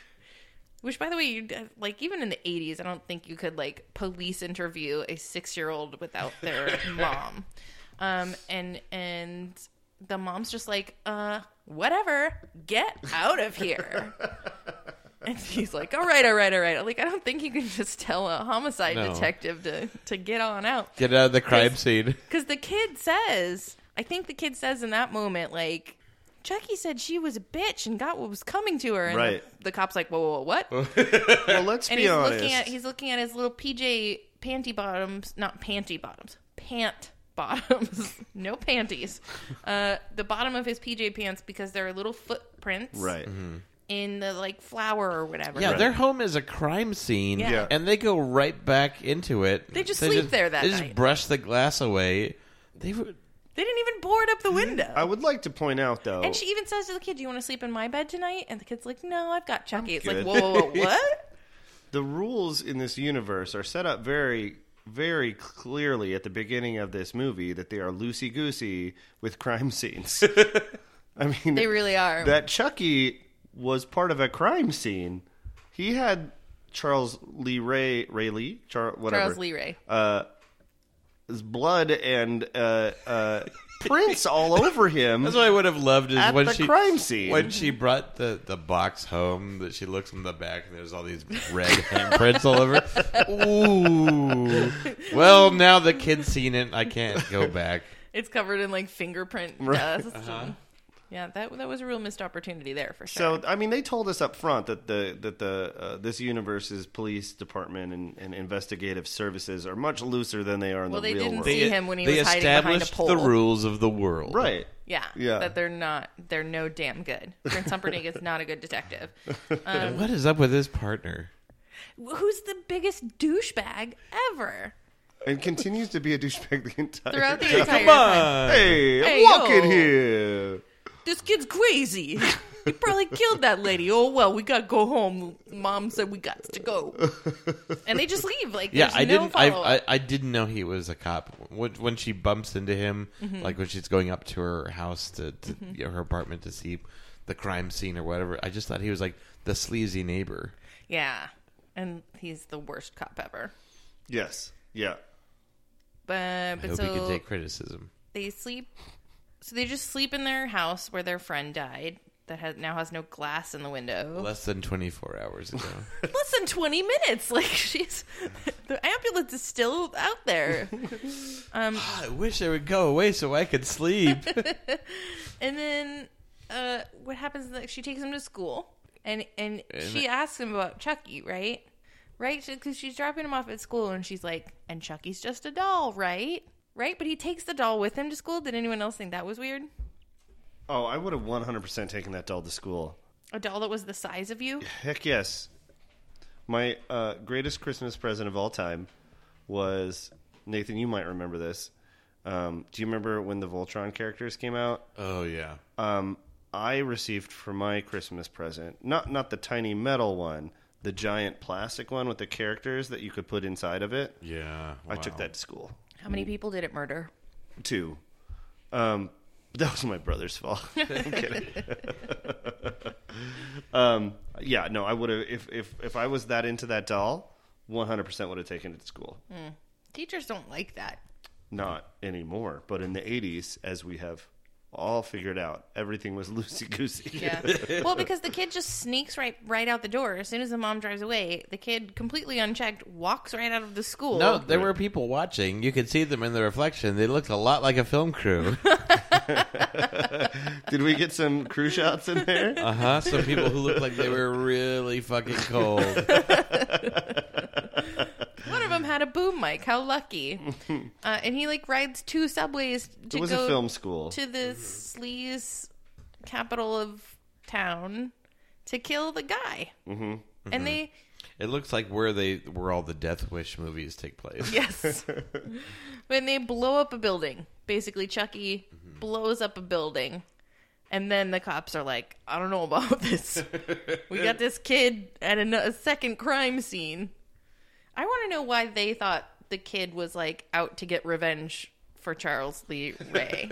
[SPEAKER 1] Which by the way, you like even in the 80s, I don't think you could like police interview a 6-year-old without their mom. Um and and the mom's just like, "Uh, whatever. Get out of here." and he's like, "All right, all right, all right." Like I don't think you can just tell a homicide
[SPEAKER 9] No.
[SPEAKER 1] detective to to get on out
[SPEAKER 9] Get out of the crime scene.
[SPEAKER 1] cuz the kid says, I think the kid says in that moment like Chucky said she was a bitch and got what was coming to her. And the-
[SPEAKER 8] Right.
[SPEAKER 1] the, cop's like, whoa, whoa, whoa what?
[SPEAKER 8] Well, let's
[SPEAKER 1] and
[SPEAKER 8] be
[SPEAKER 1] he's
[SPEAKER 8] honest.
[SPEAKER 1] looking at he's looking at his little PJ panty bottoms, not panty bottoms, pant bottoms, no panties. Uh, the bottom of his PJ pants because there are little footprints
[SPEAKER 8] right.
[SPEAKER 1] in the like flower or whatever.
[SPEAKER 9] Yeah, their home is a crime scene,
[SPEAKER 1] Yeah. Yeah.
[SPEAKER 9] and they go right back into it.
[SPEAKER 1] They just sleep there that
[SPEAKER 9] They
[SPEAKER 1] night.
[SPEAKER 9] just brush the glass away. They were
[SPEAKER 1] They didn't even board up the window.
[SPEAKER 8] I would like to point out though.
[SPEAKER 1] and she even says to the kid, "Do you want to sleep in my bed tonight?" And the kid's like, "No, I've got Chucky." It's like,
[SPEAKER 8] good.
[SPEAKER 1] whoa, whoa, whoa, what?
[SPEAKER 8] the rules in this universe are set up very very clearly at the beginning of this movie that they are loosey goosey with crime scenes. I mean,
[SPEAKER 1] they really are.
[SPEAKER 8] that Chucky was part of a crime scene. He had Charles Lee Ray Ray Lee Char, whatever Uh,
[SPEAKER 1] Charles Lee Ray.
[SPEAKER 8] his blood and uh, uh, prints all over him.
[SPEAKER 9] That's what I would have loved is
[SPEAKER 8] At
[SPEAKER 9] when
[SPEAKER 8] the
[SPEAKER 9] she
[SPEAKER 8] crime scene.
[SPEAKER 9] when she brought the, the box home that she looks in the back and there's all these red handprints all over. it. Ooh. Well, now the kid's seen it. I can't go back.
[SPEAKER 1] it's covered in like fingerprint dust. and- Yeah, that that was a real missed opportunity there for sure.
[SPEAKER 8] So I mean, they told us up front that the that the uh, this universe's police department and, and investigative services are much looser than they are in
[SPEAKER 1] Well,
[SPEAKER 8] the
[SPEAKER 1] they
[SPEAKER 8] real
[SPEAKER 1] didn't
[SPEAKER 8] world.
[SPEAKER 1] see- him when he
[SPEAKER 9] they
[SPEAKER 1] was hiding behind a
[SPEAKER 9] established
[SPEAKER 1] pole.
[SPEAKER 9] the rules of the world.
[SPEAKER 8] right?
[SPEAKER 1] yeah,
[SPEAKER 8] Yeah.
[SPEAKER 1] that they're not they're no damn good. Prince Humperdinck is not a good detective. Um,
[SPEAKER 9] And what is up with his partner?
[SPEAKER 1] Who's the biggest douchebag ever
[SPEAKER 8] And continues to be a douchebag the entire.
[SPEAKER 1] throughout the entire
[SPEAKER 9] Come
[SPEAKER 1] time?
[SPEAKER 9] on.
[SPEAKER 8] Hey,
[SPEAKER 1] Hey,
[SPEAKER 8] walk in
[SPEAKER 1] yo.
[SPEAKER 8] here.
[SPEAKER 1] this kid's crazy. He probably killed that lady. Oh well, we gotta go home. Mom said we got to go, and they just leave. Like
[SPEAKER 9] Yeah,
[SPEAKER 1] there's no
[SPEAKER 9] I didn't. I,
[SPEAKER 1] Follow
[SPEAKER 9] I I didn't know he was a cop. When, when she bumps into him,
[SPEAKER 1] Mm-hmm.
[SPEAKER 9] like when she's going up to her house to, to you know, her apartment to see the crime scene or whatever, I just thought he was like the sleazy neighbor.
[SPEAKER 1] yeah, and he's the worst cop ever.
[SPEAKER 8] Yes. Yeah.
[SPEAKER 1] But
[SPEAKER 9] I
[SPEAKER 1] but
[SPEAKER 9] hope he
[SPEAKER 1] so
[SPEAKER 9] can take criticism.
[SPEAKER 1] they sleep. So they just sleep in their house where their friend died. That has, now has no glass in the window.
[SPEAKER 9] Less than twenty four hours ago.
[SPEAKER 1] Less than twenty minutes. Like she's the ambulance is still out there.
[SPEAKER 9] I wish they would go away so I could sleep.
[SPEAKER 1] And then uh, what happens is that she takes him to school and and she asks him about Chucky, right? Right? Because she's dropping him off at school and she's like, and Chucky's just a doll, right? Right? But he takes the doll with him to school. Did anyone else think that was weird?
[SPEAKER 8] Oh, I would have one hundred percent taken that doll to school.
[SPEAKER 1] A doll that was the size of you?
[SPEAKER 8] Heck yes. My uh, greatest Christmas present of all time was Nathan. You might remember this. Um, do you remember when the Voltron characters came out?
[SPEAKER 9] oh yeah.
[SPEAKER 8] Um, I received for my Christmas present not not the tiny metal one, the giant plastic one with the characters that you could put inside of it.
[SPEAKER 9] Yeah.
[SPEAKER 8] I took that to school
[SPEAKER 1] How many people did it murder?
[SPEAKER 8] too. Um, that was my brother's fault. I'm kidding. um, yeah, no, I would have if if if I was that into that doll, 100 percent would have taken it to school.
[SPEAKER 1] Teachers don't like that.
[SPEAKER 8] Not anymore, but in the 80s, as we have all figured out, everything was loosey goosey.
[SPEAKER 1] Yeah. well, because the kid just sneaks right right out the door as soon as the mom drives away. The kid completely unchecked walks right out of the school.
[SPEAKER 9] No, there were people watching. You could see them in the reflection. They looked a lot like a film crew.
[SPEAKER 8] Did we get some crew shots in there?
[SPEAKER 9] Uh huh. Some people who looked like they were really fucking cold.
[SPEAKER 1] One of them had a boom mic. How lucky! uh, and he like rides two subways to
[SPEAKER 8] it was
[SPEAKER 1] go
[SPEAKER 8] a film school.
[SPEAKER 1] to the sleaze capital of town to kill the guy. Mm-hmm. And they
[SPEAKER 9] It looks like where they where all the Death Wish movies take place.
[SPEAKER 1] yes, when they blow up a building. Basically, Chucky
[SPEAKER 8] Mm-hmm.
[SPEAKER 1] blows up a building, and then the cops are like, "I don't know about this. we got this kid at a, a second crime scene." I want to know why they thought the kid was like out to get revenge for Charles Lee Ray.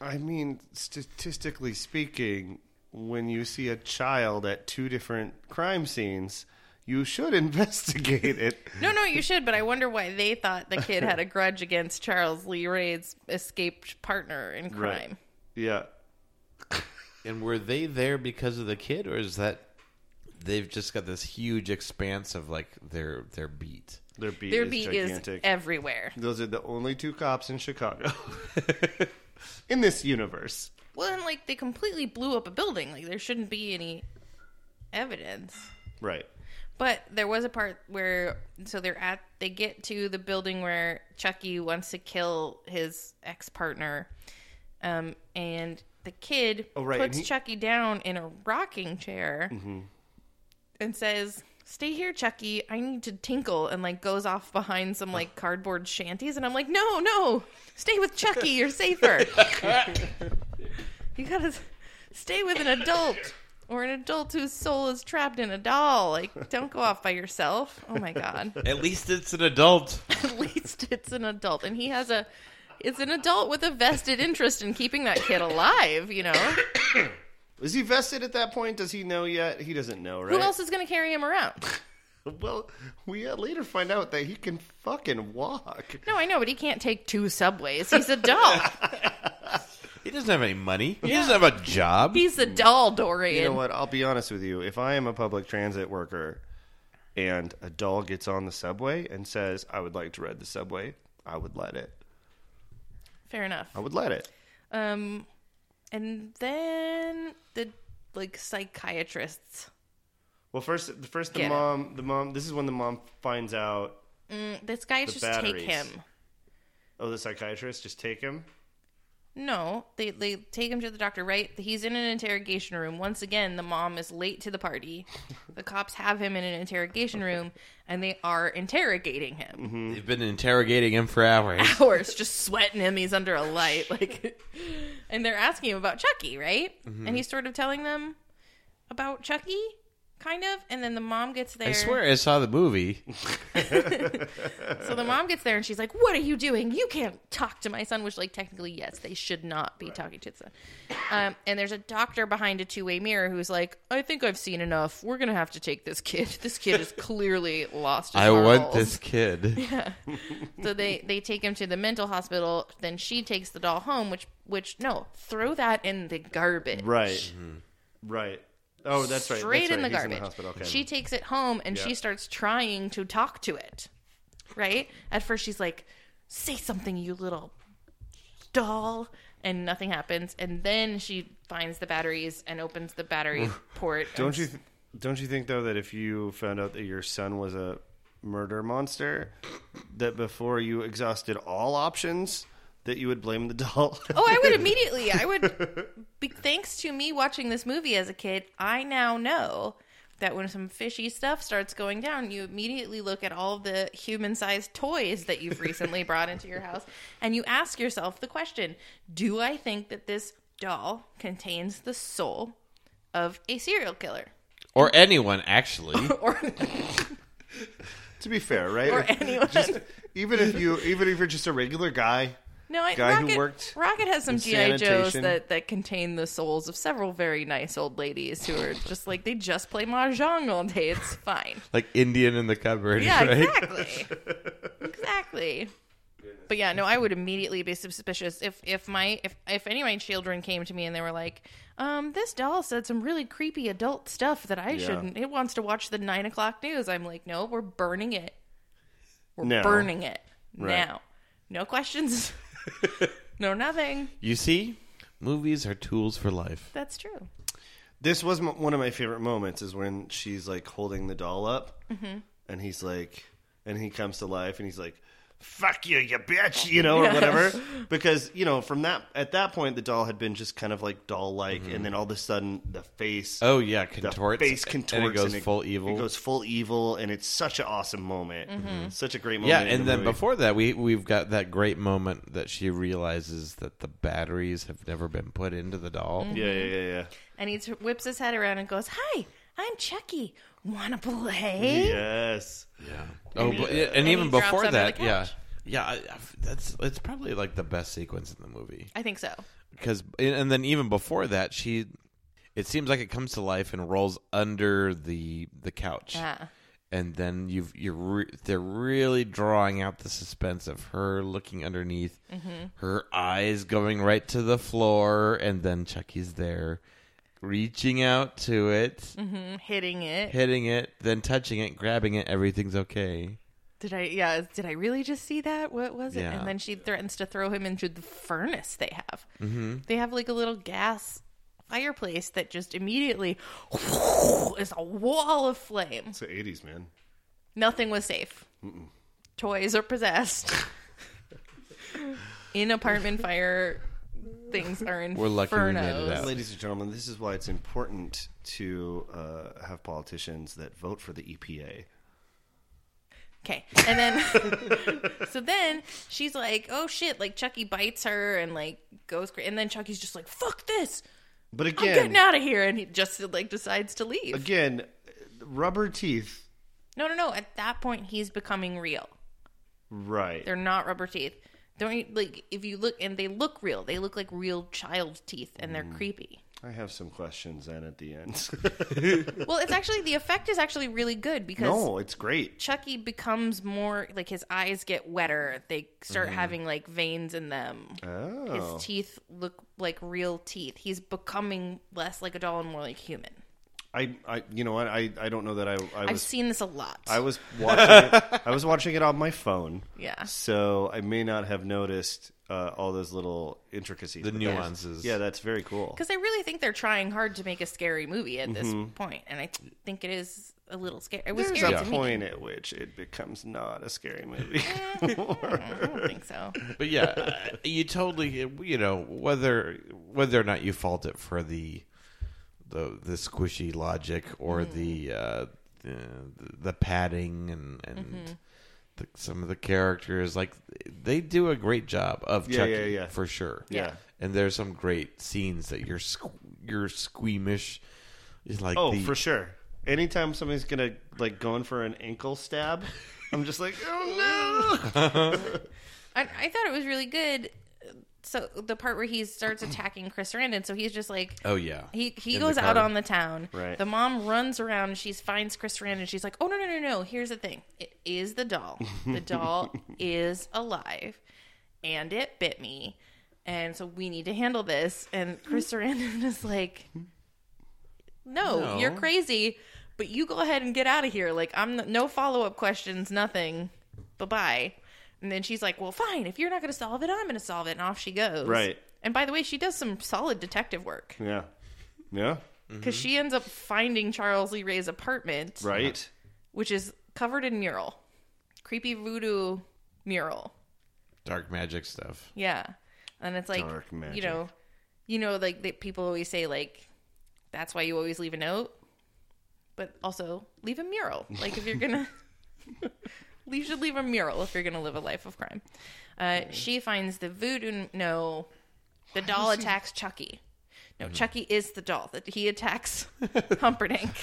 [SPEAKER 8] I mean, statistically speaking, when you see a child at two different crime scenes, you should investigate it.
[SPEAKER 1] no, no, you should, but I wonder why they thought the kid had a grudge against Charles Lee Ray's escaped partner in crime.
[SPEAKER 8] Right. Yeah.
[SPEAKER 9] And were they there because of the kid, or is that they've just got this huge expanse of like their their beat?
[SPEAKER 8] Their beat
[SPEAKER 1] Their
[SPEAKER 8] is
[SPEAKER 1] beat is
[SPEAKER 8] gigantic.
[SPEAKER 1] everywhere.
[SPEAKER 8] Those are the only two cops in Chicago in this universe.
[SPEAKER 1] Well, and like they completely blew up a building. Like there shouldn't be any evidence.
[SPEAKER 8] Right.
[SPEAKER 1] But there was a part where so they're at they get to the building where Chucky wants to kill his ex partner, um, and the kid
[SPEAKER 8] Oh, right,
[SPEAKER 1] puts
[SPEAKER 8] and he- Mm-hmm.
[SPEAKER 1] Chucky down in a rocking chair and says, "Stay here, Chucky. I need to tinkle." And like goes off behind some like cardboard shanties, and I'm like, "No, no, stay with Chucky. You're safer. you gotta s- stay with an adult." Or an adult whose soul is trapped in a doll. Like, don't go off by yourself. Oh my god.
[SPEAKER 9] At least it's an adult.
[SPEAKER 1] At least it's an adult, and he has a. It's an adult with a vested interest in keeping that kid alive. You know,
[SPEAKER 8] Is he vested at that point? Does he know yet? He doesn't know, right?
[SPEAKER 1] who else is going to carry him around?
[SPEAKER 8] Well, we uh, later find out that he can fucking walk.
[SPEAKER 1] No, I know, but he can't take two subways. He's a doll.
[SPEAKER 9] He doesn't have any money. He doesn't have a job.
[SPEAKER 1] He's a doll, Dorian.
[SPEAKER 8] You know what? I'll be honest with you. If I am a public transit worker and a doll gets on the subway and says, I would like to ride the subway, I would let it.
[SPEAKER 1] Fair enough.
[SPEAKER 8] I would let it.
[SPEAKER 1] Um, and then the like psychiatrists.
[SPEAKER 8] Well, first, first the
[SPEAKER 1] Get it.
[SPEAKER 8] mom, the mom. This is when the mom finds out.
[SPEAKER 1] The psychiatrists take
[SPEAKER 8] batteries.
[SPEAKER 1] him.
[SPEAKER 8] Oh, the psychiatrist just take him.
[SPEAKER 1] No, they they take him to the doctor. Right, he's in an interrogation room once again. The mom is late to the party. The cops have him in an interrogation room, and they are interrogating him.
[SPEAKER 9] They've been interrogating him for hours.
[SPEAKER 1] Hours just sweating him. He's under a light, like, and they're asking him about Chucky, right?
[SPEAKER 9] Mm-hmm.
[SPEAKER 1] And he's sort of telling them about Chucky, kind of. And then the mom gets there.
[SPEAKER 9] I swear I saw the movie.
[SPEAKER 1] So the mom gets there and she's like, "What are you doing? You can't talk to my son." Which, like, technically, yes, they should not be talking to the son. Um, and there's a doctor behind a two-way mirror who's like, "I think I've seen enough. We're gonna have to take this kid. This kid is clearly lost." His
[SPEAKER 9] I want
[SPEAKER 1] marbles."
[SPEAKER 9] this kid.
[SPEAKER 1] So they they take him to the mental hospital. Then she takes the doll home. Which which no, throw that in the garbage.
[SPEAKER 8] Right. Right. Oh, that's right.
[SPEAKER 1] Straight
[SPEAKER 8] that's
[SPEAKER 1] in the
[SPEAKER 8] right. He's
[SPEAKER 1] garbage.
[SPEAKER 8] In the hospital. Okay.
[SPEAKER 1] She takes it home and
[SPEAKER 8] Yeah.
[SPEAKER 1] she starts trying to talk to it. Right? At first she's like, "Say something, you little doll." And nothing happens. And then she finds the batteries and opens the battery port. and
[SPEAKER 8] Don't you th- don't you think though that if you found out that your son was a murder monster, that before you exhausted all options, that you would blame the doll?
[SPEAKER 1] Oh, I would immediately. I would. Be, thanks to me watching this movie as a kid, I now know that when some fishy stuff starts going down, you immediately look at all the human sized toys that you've recently brought into your house and you ask yourself the question Do I think that this doll contains the soul of a serial killer?
[SPEAKER 9] Or anyone, actually.
[SPEAKER 1] Or,
[SPEAKER 8] to be fair, right?
[SPEAKER 1] or anyone?
[SPEAKER 8] even if you even if you're just a regular guy,
[SPEAKER 1] No, I,
[SPEAKER 8] guy who
[SPEAKER 1] Rocket,
[SPEAKER 8] worked
[SPEAKER 1] Rocket has some
[SPEAKER 8] in
[SPEAKER 1] GI Joes
[SPEAKER 8] sanitation.
[SPEAKER 1] that that contain the souls of several very nice old ladies who are just like they just play mahjong all day. It's fine.
[SPEAKER 9] like Indian in the cupboard,
[SPEAKER 1] Yeah,
[SPEAKER 9] right?
[SPEAKER 1] exactly, exactly. But yeah, no, I would immediately be suspicious if if my if if any of my children came to me and they were like, um, this doll said some really creepy adult stuff that I shouldn't. It wants to watch the nine o'clock news. I'm like, no, we're burning it. We're
[SPEAKER 8] No.
[SPEAKER 1] burning it
[SPEAKER 8] Right.
[SPEAKER 1] now. No questions. no nothing.
[SPEAKER 9] You see, movies are tools for life.
[SPEAKER 1] That's true.
[SPEAKER 8] this was m- one of my favorite moments is when she's like holding the doll up and he's like and he comes to life and he's like fuck you you bitch you know or whatever because you know from that at that point the doll had been just kind of like doll like and then all of a sudden the face
[SPEAKER 9] Mm-hmm. Oh yeah,
[SPEAKER 8] the
[SPEAKER 9] contorts.
[SPEAKER 8] face contorts
[SPEAKER 9] and it goes full evil.
[SPEAKER 8] it goes full evil and it's such an awesome moment such a great moment
[SPEAKER 9] yeah,
[SPEAKER 8] in
[SPEAKER 9] and
[SPEAKER 8] the
[SPEAKER 9] then
[SPEAKER 8] movie.
[SPEAKER 9] before that, we we've got that great moment that she realizes that the batteries have never been put into the doll.
[SPEAKER 1] Mm-hmm.
[SPEAKER 8] yeah yeah yeah yeah
[SPEAKER 1] And he t- whips his head around and goes, "Hi, I'm Chucky. Wanna play?"
[SPEAKER 8] yes
[SPEAKER 9] Oh, but, yeah, and,
[SPEAKER 1] he
[SPEAKER 9] even
[SPEAKER 1] drops
[SPEAKER 9] before
[SPEAKER 1] onto the
[SPEAKER 9] that, yeah,
[SPEAKER 1] couch.
[SPEAKER 9] yeah, I, I've- that's it's probably like the best sequence in the movie
[SPEAKER 1] I think so.
[SPEAKER 9] because, and then even before that, she, it seems like it comes to life and rolls under the the couch,
[SPEAKER 1] Yeah.
[SPEAKER 9] and then you've you're re- they're really drawing out the suspense of her looking underneath, her eyes going right to the floor, and then Chucky's there, reaching out to it,
[SPEAKER 1] Hitting it.
[SPEAKER 9] hitting it, then touching it, grabbing it. Everything's okay.
[SPEAKER 1] Did I? Yeah. Did I really just see that? What was it?
[SPEAKER 9] Yeah.
[SPEAKER 1] And then she threatens to throw him into the furnace they have. Mm-hmm. They have like a little gas fireplace that just immediately is a wall of flame.
[SPEAKER 8] it's the 80s man
[SPEAKER 1] Nothing was safe. Toys are possessed. In apartment fire things are infernos.
[SPEAKER 9] We're lucky we made it out.
[SPEAKER 8] Ladies and gentlemen, this is why it's important to uh, have politicians that vote for the E EPA.
[SPEAKER 1] Okay. And then, so then she's like, oh shit, like Chucky bites her and like goes crazy. And then Chucky's just like, fuck this.
[SPEAKER 8] But
[SPEAKER 1] I'm
[SPEAKER 8] again,
[SPEAKER 1] getting out of here. And he just like decides to leave.
[SPEAKER 8] again, rubber teeth.
[SPEAKER 1] no, no, no. At that point, he's becoming real.
[SPEAKER 8] Right.
[SPEAKER 1] They're not rubber teeth. Don't you, like, if you look, and they look real, they look like real child teeth and
[SPEAKER 8] Mm.
[SPEAKER 1] they're creepy.
[SPEAKER 8] I have some questions then at the end.
[SPEAKER 1] Well, it's actually, the effect is actually really good because.
[SPEAKER 8] no, it's great.
[SPEAKER 1] Chucky becomes more like his eyes get wetter. They start having like veins in them.
[SPEAKER 8] Mm-hmm. Oh.
[SPEAKER 1] His teeth look like real teeth. He's becoming less like a doll and more like human.
[SPEAKER 8] I, I you know what? I, I don't know that I I
[SPEAKER 1] I've
[SPEAKER 8] was
[SPEAKER 1] seen this a lot.
[SPEAKER 8] I was watching it, I was watching it on my phone.
[SPEAKER 1] Yeah.
[SPEAKER 8] So I may not have noticed uh, all those little intricacies.
[SPEAKER 9] The
[SPEAKER 8] but that's-
[SPEAKER 9] nuances.
[SPEAKER 8] Yeah, that's very cool.
[SPEAKER 1] Because I really think they're trying hard to make a scary movie at this point, and I th- think it is a little scary. It was
[SPEAKER 8] Mm-hmm. There's
[SPEAKER 1] scary
[SPEAKER 8] a
[SPEAKER 1] to me.
[SPEAKER 8] point at which it becomes not a scary movie.
[SPEAKER 1] I don't think so.
[SPEAKER 9] But yeah, uh, you totally you know whether whether or not you fault it for the the the squishy logic or the, uh, the the padding and and the, some of the characters like they do a great job of
[SPEAKER 8] Yeah,
[SPEAKER 9] Chucky
[SPEAKER 8] yeah, yeah.
[SPEAKER 9] for sure.
[SPEAKER 8] Yeah.
[SPEAKER 9] and there's some great scenes that you're squ- you're squeamish. It's Like
[SPEAKER 8] oh,
[SPEAKER 9] the,
[SPEAKER 8] for sure. Anytime somebody's gonna like going for an ankle stab, I'm just like, oh no.
[SPEAKER 1] I, I thought it was really good. So the part where he starts attacking Chris Randon, so he's just like,
[SPEAKER 9] Oh yeah,
[SPEAKER 1] He he
[SPEAKER 9] In the
[SPEAKER 1] goes out
[SPEAKER 9] car.
[SPEAKER 1] on the town.
[SPEAKER 8] Right.
[SPEAKER 1] The mom runs around. and She finds Chris Rand and she's like, "Oh no no no no! Here's the thing. It is the doll. The doll is alive, and it bit me, and so we need to handle this." And Chris Randon is like, no,
[SPEAKER 9] No.
[SPEAKER 1] you're crazy, but you go ahead and get out of here. Like I'm n- no follow up questions, nothing. Bye bye." And then she's like, "Well, fine. If you're not going to solve it, I'm going to solve it." And off she goes.
[SPEAKER 8] Right.
[SPEAKER 1] And by the way, she does some solid detective work
[SPEAKER 8] Yeah. Yeah.
[SPEAKER 1] because she ends up finding Charles Lee Ray's apartment,
[SPEAKER 8] Mm-hmm. Right.
[SPEAKER 1] which is covered in mural, creepy voodoo mural.
[SPEAKER 9] dark magic stuff.
[SPEAKER 1] Yeah, and it's like
[SPEAKER 8] Dark magic.
[SPEAKER 1] you know, you know, like that people always say like that's why you always leave a note, but also leave a mural. Like if you're gonna. You should leave a mural if you're going to live a life of crime. Uh, she finds the voodoo. No, the doll attacks Chucky. No,
[SPEAKER 8] Mm-hmm.
[SPEAKER 1] Chucky is the doll that he attacks Humperdinck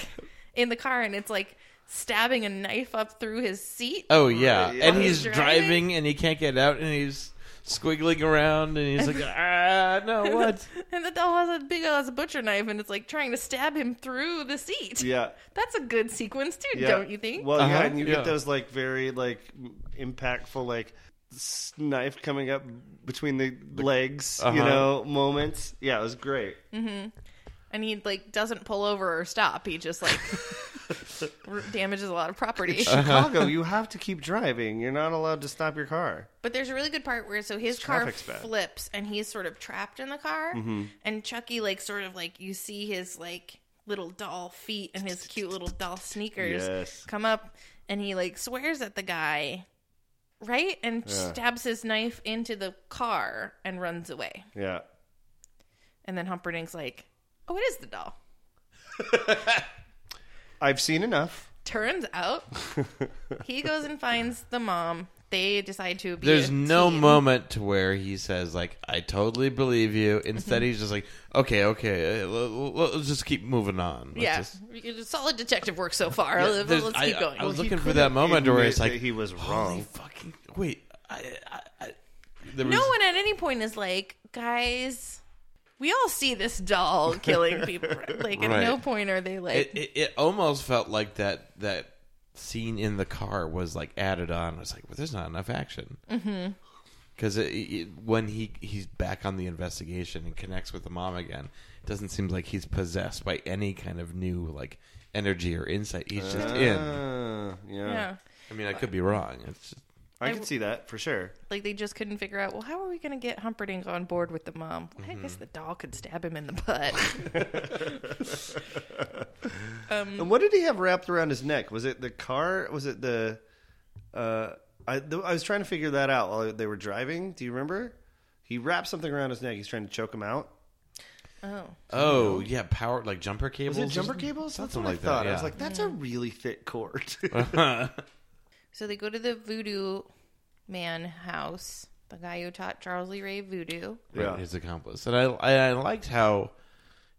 [SPEAKER 1] in the car, and it's like stabbing a knife up through his seat.
[SPEAKER 9] Oh yeah, and
[SPEAKER 1] He's
[SPEAKER 9] he's driving.
[SPEAKER 1] driving.
[SPEAKER 9] and he can't get out, and he's squiggling around, and he's like, ah, no, what?
[SPEAKER 1] And the doll has a big ass butcher knife, and it's like trying to stab him through the seat.
[SPEAKER 8] Yeah.
[SPEAKER 1] That's a good sequence too,
[SPEAKER 8] Yeah.
[SPEAKER 1] don't you think?
[SPEAKER 8] Well, yeah,
[SPEAKER 9] Uh-huh.
[SPEAKER 8] and you
[SPEAKER 9] Yeah.
[SPEAKER 8] get those like very like m- impactful like s- knife coming up between the legs, you
[SPEAKER 9] Uh-huh.
[SPEAKER 8] know, moments. Yeah, it was great.
[SPEAKER 1] and he like doesn't pull over or stop. He just like r- damages a lot of property.
[SPEAKER 8] Chicago, you have to keep driving. You're not allowed to stop your car.
[SPEAKER 1] But there's a really good part where so his car
[SPEAKER 8] traffic's bad.
[SPEAKER 1] flips and he's sort of trapped in the car,
[SPEAKER 9] Mm-hmm.
[SPEAKER 1] and Chucky like sort of like you see his like little doll feet and his cute little doll sneakers
[SPEAKER 8] Yes.
[SPEAKER 1] come up, and he like swears at the guy, right, and stabs his knife into the car and runs away,
[SPEAKER 8] Yeah.
[SPEAKER 1] and then Humperdinck's like, "Oh, it is the doll."
[SPEAKER 8] I've seen enough.
[SPEAKER 1] Turns out, he goes and finds the mom. They decide to be.
[SPEAKER 9] There's
[SPEAKER 1] a
[SPEAKER 9] no
[SPEAKER 1] team.
[SPEAKER 9] moment to where he says like, I totally believe you. Instead, he's just like, okay, okay, uh, l- l- let's just keep moving on. Let's
[SPEAKER 1] Yeah,
[SPEAKER 9] just-
[SPEAKER 1] It's solid detective work so far. Let's-
[SPEAKER 9] there's-
[SPEAKER 1] Let's
[SPEAKER 9] I-
[SPEAKER 1] keep going.
[SPEAKER 9] I was
[SPEAKER 8] He
[SPEAKER 9] looking for
[SPEAKER 8] couldn't
[SPEAKER 9] that moment where it's
[SPEAKER 8] admit
[SPEAKER 9] like
[SPEAKER 8] that he was
[SPEAKER 9] Holy
[SPEAKER 8] wrong.
[SPEAKER 9] fucking wait, I, I, I there was,
[SPEAKER 1] no one at any point is like, guys, we all see this doll killing people. Like, at
[SPEAKER 9] Right.
[SPEAKER 1] no point are they like,
[SPEAKER 9] It, it, it almost felt like that that scene in the car was like added on. I was like, well, there's not enough action. Because mm when he he's back on the investigation and connects with the mom again, it doesn't seem like he's possessed by any kind of new like energy or insight. He's just in.
[SPEAKER 8] Uh, yeah.
[SPEAKER 1] yeah.
[SPEAKER 9] I mean, I could be wrong. It's just,
[SPEAKER 8] I could see that for sure.
[SPEAKER 1] Like, they just couldn't figure out, well, how are we going to get Humperdinck on board with the mom? I
[SPEAKER 9] Mm-hmm.
[SPEAKER 1] guess the doll could stab him in the butt.
[SPEAKER 8] And what did he have wrapped around his neck? Was it the car? Was it the? Uh, I, th- I was trying to figure that out while they were driving. Do you remember? He wraps something around his neck. He's trying to choke him out.
[SPEAKER 1] Oh,
[SPEAKER 9] Oh yeah, power like jumper cables.
[SPEAKER 8] Was it
[SPEAKER 9] or
[SPEAKER 8] jumper
[SPEAKER 9] something?
[SPEAKER 8] cables? That's
[SPEAKER 9] Something
[SPEAKER 8] what I
[SPEAKER 9] like that,
[SPEAKER 8] thought. I was
[SPEAKER 9] yeah.
[SPEAKER 8] like, that's a really thick cord.
[SPEAKER 1] so they go to the voodoo man house, the guy who taught Charles Lee Ray voodoo.
[SPEAKER 8] Yeah.
[SPEAKER 9] his accomplice. And I, I I liked how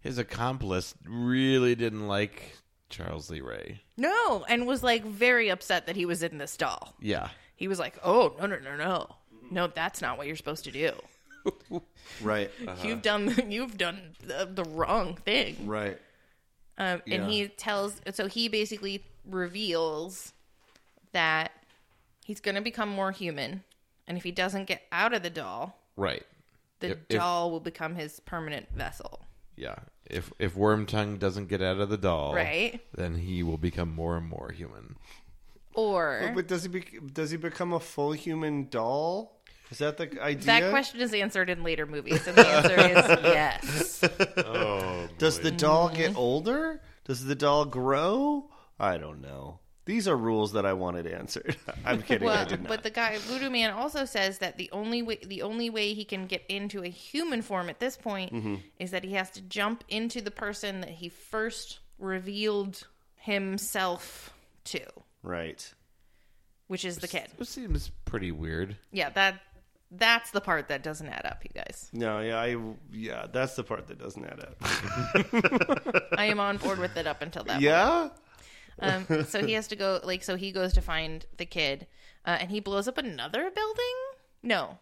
[SPEAKER 9] his accomplice really didn't like Charles Lee Ray.
[SPEAKER 1] No, and was like very upset that he was in this stall.
[SPEAKER 9] Yeah.
[SPEAKER 1] He was like, "Oh no no no no, no that's not what you're supposed to do.
[SPEAKER 8] right.
[SPEAKER 9] Uh-huh.
[SPEAKER 1] You've done you've done the, the wrong thing."
[SPEAKER 8] Right.
[SPEAKER 1] Um,
[SPEAKER 8] Yeah.
[SPEAKER 1] And he tells, so he basically reveals that he's going to become more human, and if he doesn't get out of the doll,
[SPEAKER 9] Right.
[SPEAKER 1] the
[SPEAKER 9] If- if-
[SPEAKER 1] doll will become his permanent vessel.
[SPEAKER 9] Yeah. If if Worm Tongue doesn't get out of the doll,
[SPEAKER 1] Right.
[SPEAKER 9] then he will become more and more human.
[SPEAKER 1] Or
[SPEAKER 8] But does he be- does he become a full human doll? Is that the idea?
[SPEAKER 1] that question is answered in later movies, and the answer is yes.
[SPEAKER 8] Does the doll
[SPEAKER 1] Mm-hmm.
[SPEAKER 8] get older? Does the doll grow? I don't know. These are rules that I wanted answered. I'm kidding. I
[SPEAKER 1] Well,
[SPEAKER 8] did not.
[SPEAKER 1] but the guy Voodoo Man also says that the only way the only way he can get into a human form at this point
[SPEAKER 8] Mm-hmm.
[SPEAKER 1] is that he has to jump into the person that he first revealed himself to,
[SPEAKER 8] Right.
[SPEAKER 1] which is the kid.
[SPEAKER 9] Which seems pretty weird.
[SPEAKER 1] Yeah, that that's the part that doesn't add up, you guys.
[SPEAKER 8] No. Yeah. I. Yeah. That's the part that doesn't add up.
[SPEAKER 1] I am on board with it up until that.
[SPEAKER 8] yeah.
[SPEAKER 1] Point. Um, so he has to go like so he goes to find the kid, uh, and he blows up another building. No.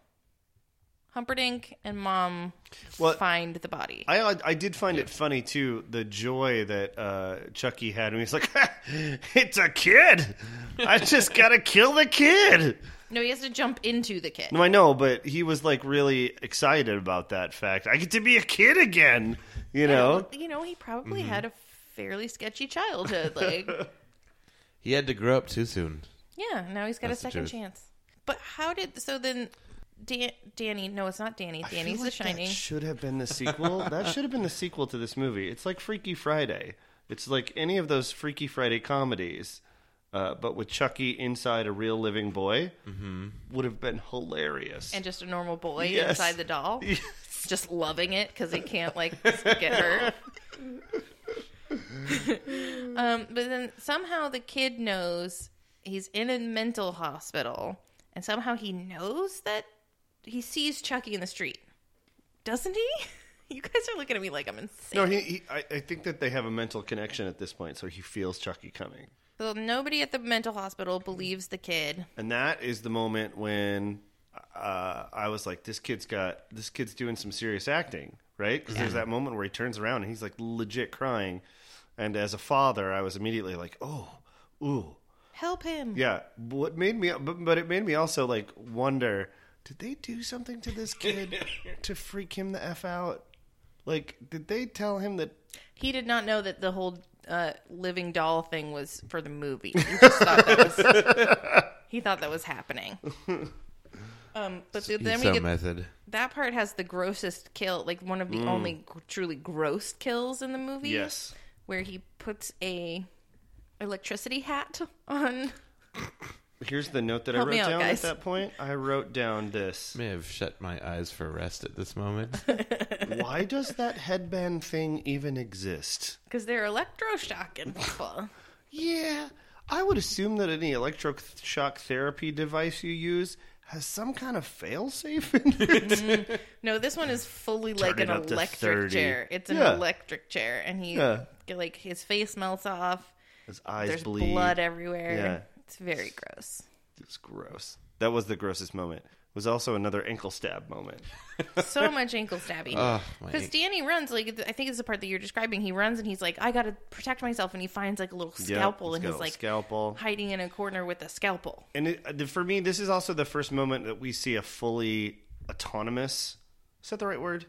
[SPEAKER 1] Humperdinck and mom
[SPEAKER 8] Well,
[SPEAKER 1] find the body.
[SPEAKER 8] I I did find it funny too the joy that uh, Chucky had when he's like, "It's a kid! I just gotta kill the kid."
[SPEAKER 1] No, he has to jump into the kid.
[SPEAKER 8] No, I know, but he was like really excited about that fact. I get to be a kid again, you know.
[SPEAKER 1] You know, he probably
[SPEAKER 8] Mm-hmm.
[SPEAKER 1] had a fairly sketchy childhood. Like,
[SPEAKER 9] He had to grow up too soon.
[SPEAKER 1] yeah, now he's got
[SPEAKER 9] That's
[SPEAKER 1] a
[SPEAKER 9] the
[SPEAKER 1] second
[SPEAKER 9] truth.
[SPEAKER 1] chance. But how did so then? Dan, Danny, no, it's not Danny.
[SPEAKER 8] I feel
[SPEAKER 1] Danny's
[SPEAKER 8] like
[SPEAKER 1] the shining.
[SPEAKER 8] That should have been the sequel. that should have been the sequel to this movie. It's like Freaky Friday. It's like any of those Freaky Friday comedies, uh, but with Chucky inside a real living boy would have been hilarious.
[SPEAKER 1] and just a normal boy
[SPEAKER 8] Yes.
[SPEAKER 1] inside the doll, just loving it because he can't like get hurt. um, but then somehow the kid knows he's in a mental hospital, and somehow he knows that he sees Chucky in the street, doesn't he? You guys are looking at me like I'm insane.
[SPEAKER 8] No, he. he I, I think that they have a mental connection at this point, so he feels Chucky coming,
[SPEAKER 1] So nobody at the mental hospital believes the kid.
[SPEAKER 8] and that is the moment when uh, I was like, "This kid's got this kid's doing some serious acting, right?" Because there's that moment where he turns around and he's like legit crying, and as a father, I was immediately like, "Oh, ooh,
[SPEAKER 1] Help him.
[SPEAKER 8] yeah." What made me, but, but it made me also like wonder: Did they do something to this kid to freak him the f out? Like, did they tell him that
[SPEAKER 1] He did not know that the whole uh, living doll thing was for the movie. He just thought that was he thought that was happening. Um, but the, then
[SPEAKER 9] He's
[SPEAKER 1] we
[SPEAKER 9] so
[SPEAKER 1] get
[SPEAKER 9] method.
[SPEAKER 1] that part has the grossest kill, like one
[SPEAKER 8] Mm.
[SPEAKER 1] of the only gr- truly gross kills in the movie.
[SPEAKER 8] yes?
[SPEAKER 1] where he puts a electricity hat on.
[SPEAKER 8] Here's the note that
[SPEAKER 1] Help
[SPEAKER 8] I
[SPEAKER 1] me
[SPEAKER 8] wrote
[SPEAKER 1] out,
[SPEAKER 8] down
[SPEAKER 1] guys.
[SPEAKER 8] at that point. I wrote down this.
[SPEAKER 9] May have shut my eyes for rest at this moment.
[SPEAKER 8] Why does that headband thing even exist?
[SPEAKER 1] Because they're electroshocking people.
[SPEAKER 8] Yeah, I would assume that any electroshock therapy device you use has some kind of failsafe in it.
[SPEAKER 1] No, this one is fully like an
[SPEAKER 8] Turn it up to
[SPEAKER 1] electric
[SPEAKER 8] 30.
[SPEAKER 1] chair. It's an
[SPEAKER 8] Yeah.
[SPEAKER 1] electric chair, and he
[SPEAKER 8] Yeah.
[SPEAKER 1] like his face melts off.
[SPEAKER 8] His eyes
[SPEAKER 1] There's
[SPEAKER 8] bleed.
[SPEAKER 1] blood everywhere.
[SPEAKER 8] Yeah.
[SPEAKER 1] It's very gross.
[SPEAKER 8] It's gross. That was the grossest moment. It was also another ankle stab moment.
[SPEAKER 1] So much ankle stabbing.
[SPEAKER 9] Ugh, my
[SPEAKER 1] Because
[SPEAKER 9] ank-
[SPEAKER 1] Danny runs, like, I think it's the part that you're describing. He runs and he's like, I got to protect myself. And he finds, like, a little scalpel
[SPEAKER 8] he's
[SPEAKER 1] and
[SPEAKER 8] got
[SPEAKER 1] he's
[SPEAKER 8] a
[SPEAKER 1] like
[SPEAKER 8] scalpel.
[SPEAKER 1] hiding in a corner with a scalpel.
[SPEAKER 8] And it, uh, for me, this is also the first moment that we see a fully autonomous. Is that the right word?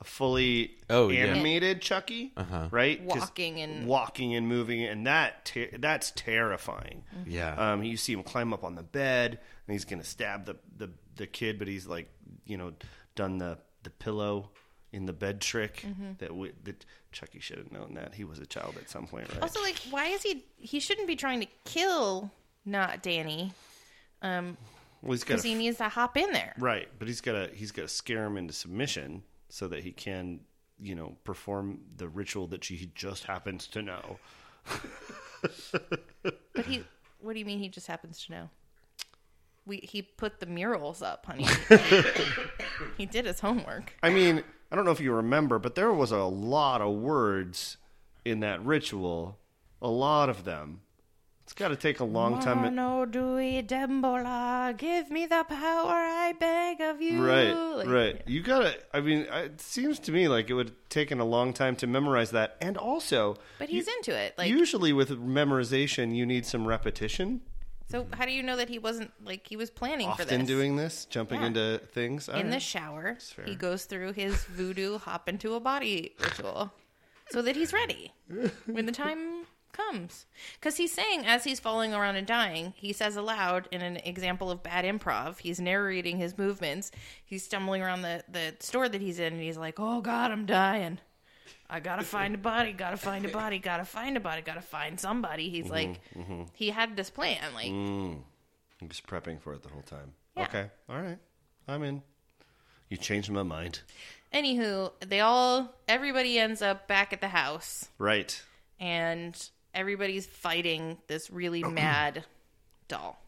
[SPEAKER 8] A fully
[SPEAKER 9] Oh, yeah.
[SPEAKER 8] animated Chucky, uh-huh. right? 'Cause
[SPEAKER 1] Walking and-
[SPEAKER 8] walking and moving, and that ter- that's terrifying.
[SPEAKER 1] Mm-hmm.
[SPEAKER 9] Yeah.
[SPEAKER 8] Um, you see him climb up on the bed, and he's gonna stab the the, the kid, but he's like, you know, done the the pillow in the bed trick
[SPEAKER 1] Mm-hmm.
[SPEAKER 8] that we, that Chucky should have known that he was a child at some point, right?
[SPEAKER 1] Also, like, why is he, he shouldn't be trying to kill not Danny. Um,
[SPEAKER 8] Well, he's got
[SPEAKER 1] because he needs to hop in there.
[SPEAKER 8] right, but he's got to he's got to scare him into submission so that he can, you know, perform the ritual that she just happens to know.
[SPEAKER 1] But he, what do you mean? He just happens to know. We he put the murals up, honey. he did his homework.
[SPEAKER 8] I mean, I don't know if you remember, but there was a lot of words in that ritual, a lot of them. It's got to take a long time.
[SPEAKER 1] Mono Dewey Dembola, give me the power, I beg of you.
[SPEAKER 8] Right,
[SPEAKER 1] Like,
[SPEAKER 8] right. You gotta. I mean, I- it seems to me like it would have taken a long time to memorize that, and also,
[SPEAKER 1] But he's into it. Like,
[SPEAKER 8] usually with memorization, you need some repetition.
[SPEAKER 1] so how do you know that he wasn't like he was planning for
[SPEAKER 8] Often
[SPEAKER 1] this?
[SPEAKER 8] doing this, jumping
[SPEAKER 1] Yeah.
[SPEAKER 8] into things. All
[SPEAKER 1] in the
[SPEAKER 8] right.
[SPEAKER 1] shower,
[SPEAKER 8] fair.
[SPEAKER 1] he goes through his voodoo hop into a body ritual so that he's ready when the time comes. Because he's saying, as he's falling around and dying, he says aloud in an example of bad improv, he's narrating his movements. He's stumbling around the, the store that he's in and he's like, Oh God, I'm dying. I gotta find a body, gotta find a body, gotta find a body, gotta find somebody. He's like, he had this plan. Like,
[SPEAKER 8] I'm just prepping for it the whole time.
[SPEAKER 1] Yeah.
[SPEAKER 8] Okay, all right, I'm in. You changed my mind.
[SPEAKER 1] anywho, they all, everybody ends up back at the house.
[SPEAKER 8] Right.
[SPEAKER 1] and everybody's fighting this really mad doll.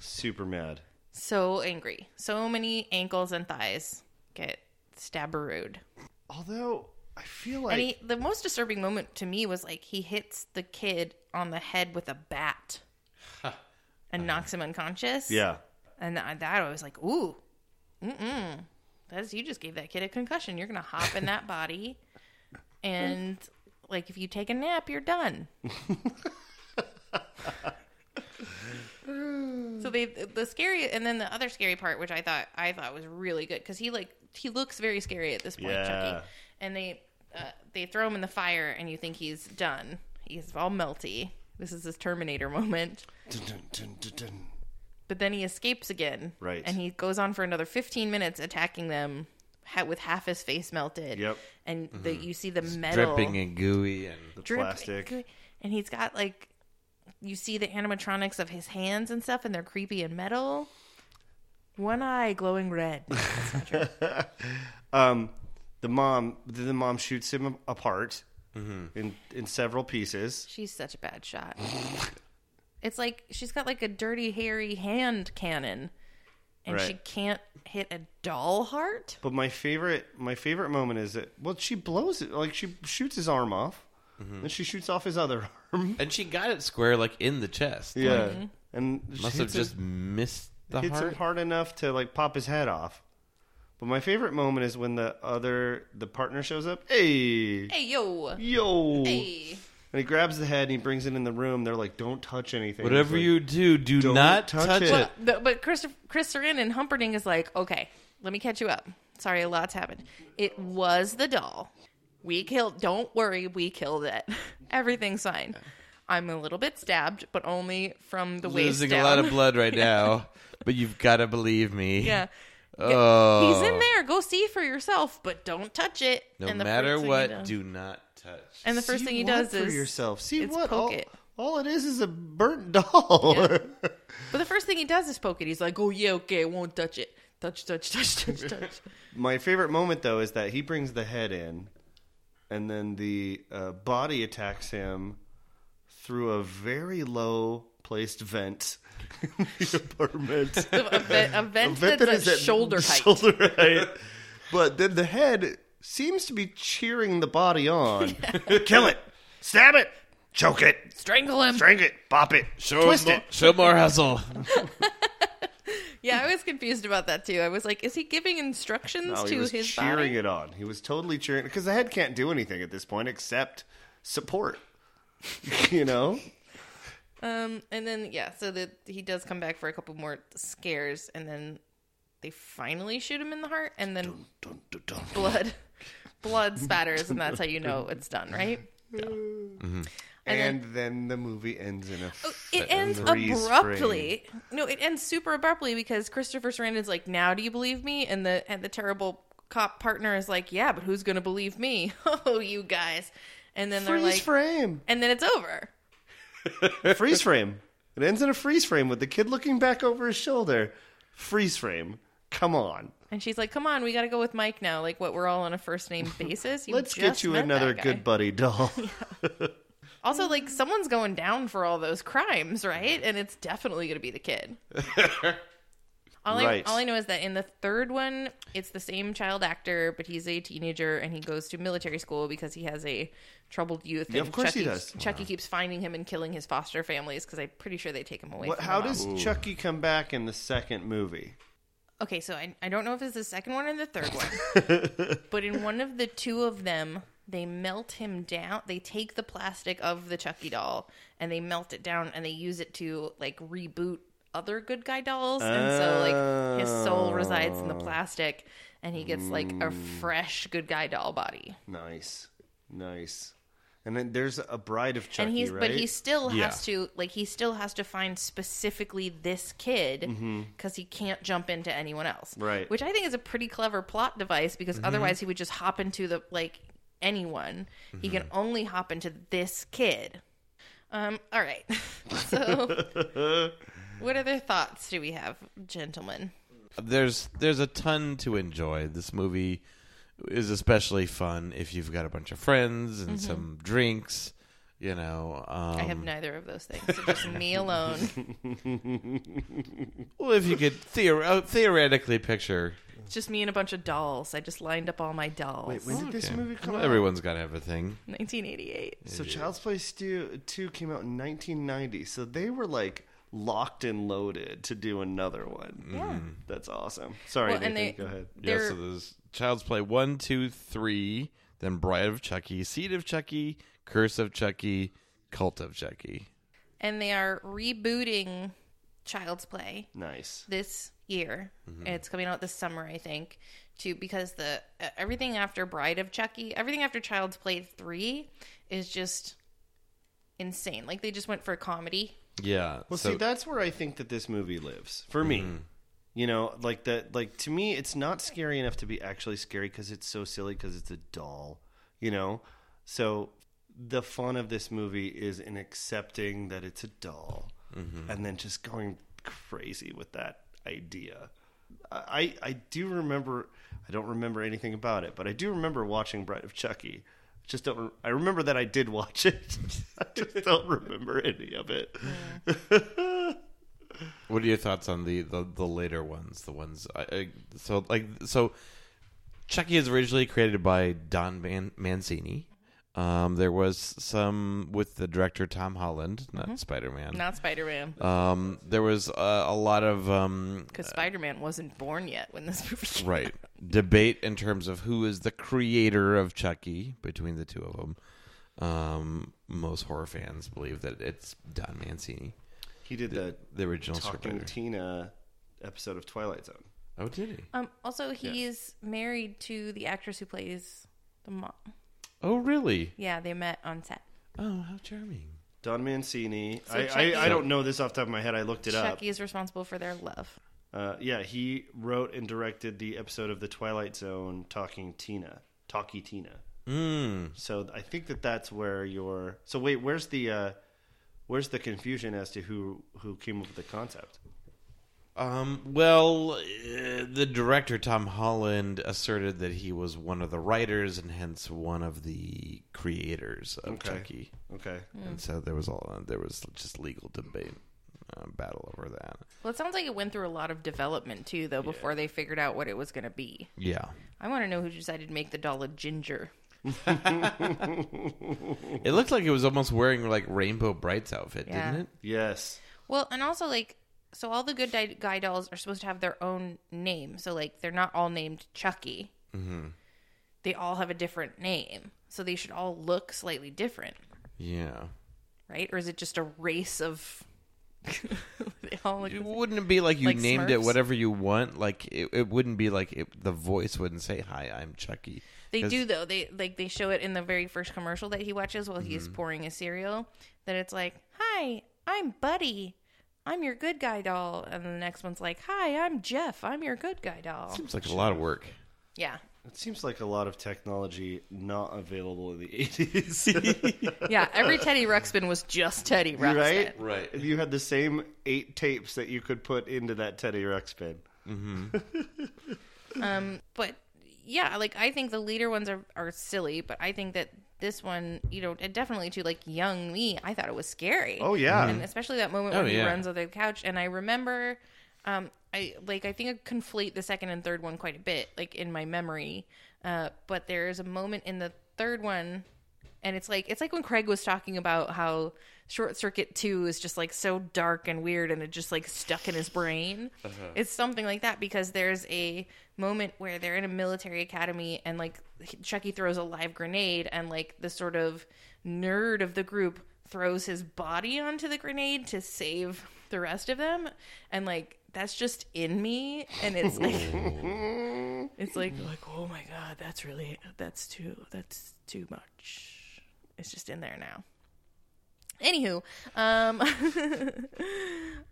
[SPEAKER 8] Super mad.
[SPEAKER 1] So angry. So many ankles and thighs get stabberooed.
[SPEAKER 8] Although I feel like
[SPEAKER 1] And he, the most disturbing moment to me was like he hits the kid on the head with a bat and knocks him unconscious.
[SPEAKER 8] yeah,
[SPEAKER 1] And I- that I was like, ooh, mm mm. That's you just gave that kid a concussion. You're gonna hop in that body, and like if you take a nap, you're done. so they the scary and then the other scary part, which I thought I thought was really good because he like he looks very scary at this point,
[SPEAKER 8] Yeah.
[SPEAKER 1] Chucky. And they uh, they throw him in the fire, and you think he's done. He's all melty. This is his Terminator moment. But then he escapes again.
[SPEAKER 8] Right.
[SPEAKER 1] And he goes on for another 15 minutes attacking them ha- with half his face melted.
[SPEAKER 8] Yep. Mm-hmm.
[SPEAKER 1] And the, you see the metal
[SPEAKER 9] dripping and gooey and
[SPEAKER 8] the
[SPEAKER 1] drip-
[SPEAKER 8] plastic.
[SPEAKER 1] And he's got like you see the animatronics of his hands and stuff and they're creepy and metal. One eye glowing red.
[SPEAKER 8] Um, the mom, the mom shoots him apart in in several pieces.
[SPEAKER 1] She's such a bad shot. it's like she's got like a dirty hairy hand cannon and she
[SPEAKER 8] Right.
[SPEAKER 1] can't hit a doll heart.
[SPEAKER 8] But my favorite, my favorite moment is that well, she blows it like she shoots his arm off,
[SPEAKER 9] Mm-hmm.
[SPEAKER 8] and she shoots off his other arm.
[SPEAKER 9] and she got it square like in the chest.
[SPEAKER 8] Yeah, and she
[SPEAKER 9] Must have
[SPEAKER 8] hits him-
[SPEAKER 9] just missed the
[SPEAKER 8] hits
[SPEAKER 9] heart.
[SPEAKER 8] him hard enough to like pop his head off. But my favorite moment is when the other the partner shows up. Hey,
[SPEAKER 1] Hey yo.
[SPEAKER 8] yo!
[SPEAKER 1] Hey.
[SPEAKER 8] And he grabs the head and he brings it in the room. They're like, "Don't touch anything."
[SPEAKER 9] Whatever
[SPEAKER 8] He's like,
[SPEAKER 9] you do, do
[SPEAKER 8] Don't
[SPEAKER 9] not
[SPEAKER 8] touch
[SPEAKER 9] touch,
[SPEAKER 8] it.
[SPEAKER 9] it.
[SPEAKER 8] Well,
[SPEAKER 1] The- but Chris, Chris Sarin and Humperdinck is like, okay, let me catch you up. Sorry, a lot's happened. It was the doll. We killed. Don't worry, we killed it. Everything's fine. I'm a little bit stabbed, but only from the waist
[SPEAKER 9] Losing
[SPEAKER 1] down.
[SPEAKER 9] a lot of blood right now, but you've got to believe me.
[SPEAKER 1] Yeah.
[SPEAKER 9] Oh,
[SPEAKER 1] He's in there. Go see for yourself, but don't touch it.
[SPEAKER 9] No
[SPEAKER 1] And the
[SPEAKER 9] matter
[SPEAKER 1] first thing he
[SPEAKER 9] what,
[SPEAKER 1] does-
[SPEAKER 9] do not touch.
[SPEAKER 1] And the first
[SPEAKER 8] "See
[SPEAKER 1] thing he
[SPEAKER 8] what
[SPEAKER 1] does
[SPEAKER 8] for
[SPEAKER 1] is
[SPEAKER 8] yourself. See
[SPEAKER 1] it's
[SPEAKER 8] what?
[SPEAKER 1] poke
[SPEAKER 8] all,
[SPEAKER 1] it.
[SPEAKER 8] all it is is a burnt doll.
[SPEAKER 1] But the first thing he does is poke it. He's like, oh yeah, okay, I won't touch it. Touch, touch, touch, touch, touch.
[SPEAKER 8] My favorite moment though is that he brings the head in, and then the uh, body attacks him through a very low placed vent in the apartment.
[SPEAKER 1] a, vent, a vent
[SPEAKER 8] Vent that
[SPEAKER 1] that's
[SPEAKER 8] is
[SPEAKER 1] at
[SPEAKER 8] at
[SPEAKER 1] shoulder height.
[SPEAKER 8] Shoulder height. But then the head seems to be cheering the body on. Kill it, stab it, choke it,
[SPEAKER 1] Strangle him.
[SPEAKER 8] strangle it, bop it,
[SPEAKER 9] show,
[SPEAKER 8] twist
[SPEAKER 9] more,
[SPEAKER 8] it.
[SPEAKER 9] show more hustle.
[SPEAKER 1] Yeah, I was confused about that too. I was like, is he giving instructions
[SPEAKER 8] No,
[SPEAKER 1] to
[SPEAKER 8] Oh, he was
[SPEAKER 1] his
[SPEAKER 8] cheering
[SPEAKER 1] body?
[SPEAKER 8] it on. He was totally cheering because the head can't do anything at this point except support. you know,
[SPEAKER 1] Um, and then yeah, so that he does come back for a couple more scares, and then they finally shoot him in the heart, and then blood, blood spatters, and that's how you know it's done, right? Mm-hmm.
[SPEAKER 8] and then the movie ends in a.
[SPEAKER 1] Oh, It ends
[SPEAKER 8] freeze
[SPEAKER 1] abruptly. No, it ends super abruptly because Christopher Sarandon's like, "Now do you believe me?" And the and the terrible cop partner is like, "Yeah, but who's gonna believe me? Oh, you guys!" And then they're
[SPEAKER 8] freeze
[SPEAKER 1] like,
[SPEAKER 8] frame.
[SPEAKER 1] and then it's over.
[SPEAKER 8] freeze frame. It ends in a freeze frame with the kid looking back over his shoulder, Freeze frame. Come on.
[SPEAKER 1] And she's like, "Come on, we got to go with Mike now. Like, what? We're all on a first name basis. You
[SPEAKER 8] Let's
[SPEAKER 1] just
[SPEAKER 8] get you
[SPEAKER 1] met
[SPEAKER 8] another
[SPEAKER 1] that guy.
[SPEAKER 8] good buddy doll.
[SPEAKER 1] Also, like, someone's going down for all those crimes, right? And it's definitely going to be the kid. all I
[SPEAKER 8] Right.
[SPEAKER 1] all I know is that in the third one, it's the same child actor, but he's a teenager and he goes to military school because he has a troubled youth.
[SPEAKER 8] Yeah,
[SPEAKER 1] and
[SPEAKER 8] of course he
[SPEAKER 1] Chucky,
[SPEAKER 8] does. Uh-huh.
[SPEAKER 1] Chucky keeps finding him and killing his foster families because I'm pretty sure they take him away.
[SPEAKER 8] What,
[SPEAKER 1] from
[SPEAKER 8] how
[SPEAKER 1] the mom.
[SPEAKER 8] does Chucky come back in the second movie?
[SPEAKER 1] Okay, so I, I don't know if it's the second one or the third one, but in one of the two of them, they melt him down. They take the plastic of the Chucky doll and they melt it down and they use it to like reboot other good guy dolls. And so, like, his soul resides in the plastic and he gets like a fresh good guy doll body.
[SPEAKER 8] Nice, nice. And then there's a Bride of Chucky,
[SPEAKER 1] and he's
[SPEAKER 8] right?
[SPEAKER 1] but he still
[SPEAKER 9] Yeah.
[SPEAKER 1] has to like he still has to find specifically this kid because he can't jump into anyone else
[SPEAKER 8] Mm-hmm. Right. Mm-hmm.
[SPEAKER 1] which i think is a pretty clever plot device because otherwise he would just hop into the like anyone he can
[SPEAKER 8] Mm-hmm.
[SPEAKER 1] only hop into this kid um all right so what other thoughts do we have gentlemen
[SPEAKER 9] there's there's a ton to enjoy. This movie is especially fun if you've got a bunch of friends and
[SPEAKER 1] Mm-hmm.
[SPEAKER 9] some drinks. You know, um,
[SPEAKER 1] i have neither of those things so just me alone
[SPEAKER 9] well, if you could theor- uh, theoretically picture,
[SPEAKER 1] It's just me and a bunch of dolls i just lined up all my dolls
[SPEAKER 8] Wait, when did this
[SPEAKER 9] Okay.
[SPEAKER 8] movie come out?
[SPEAKER 9] everyone's got to have a thing.
[SPEAKER 1] 1988
[SPEAKER 8] So Child's Play 2 two came out in 1990. So they were like locked and loaded to do another one. Yeah. That's awesome. Sorry,
[SPEAKER 1] Well, and
[SPEAKER 8] Nathan,
[SPEAKER 1] they-
[SPEAKER 8] go ahead.
[SPEAKER 9] Yeah,
[SPEAKER 1] They're-
[SPEAKER 9] so there's Child's Play one, two, three, then Bride of Chucky, Seed of Chucky, Curse of Chucky, Cult of Chucky.
[SPEAKER 1] and they are rebooting Child's Play
[SPEAKER 8] Nice.
[SPEAKER 1] this year. It's coming out this summer, I think, too, because the uh, everything after Bride of Chucky, everything after Child's Play three is just insane. Like they just went for comedy.
[SPEAKER 9] Yeah.
[SPEAKER 8] Well,
[SPEAKER 9] so
[SPEAKER 8] see, that's where I think that this movie lives for me. You know, like that. Like to me, it's not scary enough to be actually scary because it's so silly because it's a doll. You know, so the fun of this movie is in accepting that it's a doll, and then just going crazy with that idea. I I do remember. I don't remember anything about it, but I do remember watching Bride of Chucky. Just don't. Re- I remember that I did watch it. I just don't remember any of it.
[SPEAKER 9] What are your thoughts on the the, the later ones? The ones I, I, so like so, Chucky is originally created by Don Man- Mancini. Um, there was some with the director Tom Holland, not
[SPEAKER 8] Mm-hmm.
[SPEAKER 9] Spider Man.
[SPEAKER 1] Not Spider Man,
[SPEAKER 9] Um, there was uh, a lot of um,
[SPEAKER 1] because Spider Man wasn't born yet when this movie came.
[SPEAKER 9] right debate in terms of who is the creator of Chucky between the two of them. Um, most horror fans believe that it's Don Mancini,
[SPEAKER 8] He did the,
[SPEAKER 9] the original
[SPEAKER 8] Talking
[SPEAKER 9] scriptwriter.
[SPEAKER 8] Tina episode of Twilight Zone.
[SPEAKER 9] oh, did he?
[SPEAKER 1] Um, also, he's married to the actress who plays the mom.
[SPEAKER 9] Oh, really?
[SPEAKER 1] Yeah, they met on set.
[SPEAKER 9] Oh, how charming.
[SPEAKER 8] Don Mancini. I,
[SPEAKER 1] Chucky-
[SPEAKER 8] I, I don't know this off the top of my head. I looked it
[SPEAKER 1] Chucky is responsible for their love.
[SPEAKER 8] up. Uh, yeah, he wrote and directed the episode of The Twilight Zone, Talking Tina, Talkie Tina.
[SPEAKER 9] Mm.
[SPEAKER 8] So I think that that's where your. So wait, where's the uh, where's the confusion as to who who came up with the concept?
[SPEAKER 9] Um, well, uh, the director Tom Holland asserted that he was one of the writers and hence one of the creators of
[SPEAKER 8] Okay.
[SPEAKER 9] Chucky,
[SPEAKER 8] Okay,
[SPEAKER 9] and so there was all there was just legal debate, uh, battle over that.
[SPEAKER 1] Well, it sounds like it went through a lot of development too, though, before they figured out what it was going to be.
[SPEAKER 9] Yeah,
[SPEAKER 1] I want to know who decided to make the doll a ginger.
[SPEAKER 9] it looked like it was almost wearing like Rainbow Bright's outfit,
[SPEAKER 1] Yeah.
[SPEAKER 9] didn't it?
[SPEAKER 8] yes,
[SPEAKER 1] Well, and also like, so all the good di- guy dolls are supposed to have their own name. So like, they're not all named Chucky. Mm-hmm. They all have a different name, so they should all look slightly different,
[SPEAKER 9] Yeah.
[SPEAKER 1] right? Or is it just a race of? they all look. the same.
[SPEAKER 9] Wouldn't it be like you
[SPEAKER 1] Like
[SPEAKER 9] named it
[SPEAKER 1] Smurfs?
[SPEAKER 9] whatever you want? Like it, it wouldn't be like it, the voice wouldn't say, "Hi, I'm Chucky."
[SPEAKER 1] They
[SPEAKER 9] 'Cause-
[SPEAKER 1] do though. They like they show it in the very first commercial that he watches while he's
[SPEAKER 8] Mm-hmm.
[SPEAKER 1] pouring his cereal. That it's like, "Hi, I'm Buddy. I'm your good guy doll." And the next one's like, "Hi, I'm Jeff. I'm your good guy doll."
[SPEAKER 9] Seems like a lot of work.
[SPEAKER 1] Yeah.
[SPEAKER 8] It seems like a lot of technology not available in the 80s.
[SPEAKER 1] Yeah, every Teddy Ruxpin was just Teddy Ruxpin.
[SPEAKER 8] right?
[SPEAKER 9] Right.
[SPEAKER 8] You had the same eight tapes that you could put into that Teddy Ruxpin.
[SPEAKER 1] but yeah, like I think the leader ones are, are silly, but I think that this one, you know, and definitely to like young me, I thought it was scary.
[SPEAKER 8] Oh, yeah.
[SPEAKER 1] and especially that moment
[SPEAKER 9] Oh,
[SPEAKER 1] when he
[SPEAKER 9] yeah.
[SPEAKER 1] runs over the couch. And I remember, um, I like I think I conflate the second and third one quite a bit, like in my memory. Uh, but there is a moment in the third one, and it's like it's like when Craig was talking about how Short Circuit Two is just like so dark and weird, and it just like stuck in his brain. It's something like that because there's a moment where they're in a military academy, and like Chucky throws a live grenade, and like the sort of nerd of the group throws his body onto the grenade to save the rest of them and like that's just in me and it's like it's like like oh my god that's really that's too that's too much it's just in there now anywho um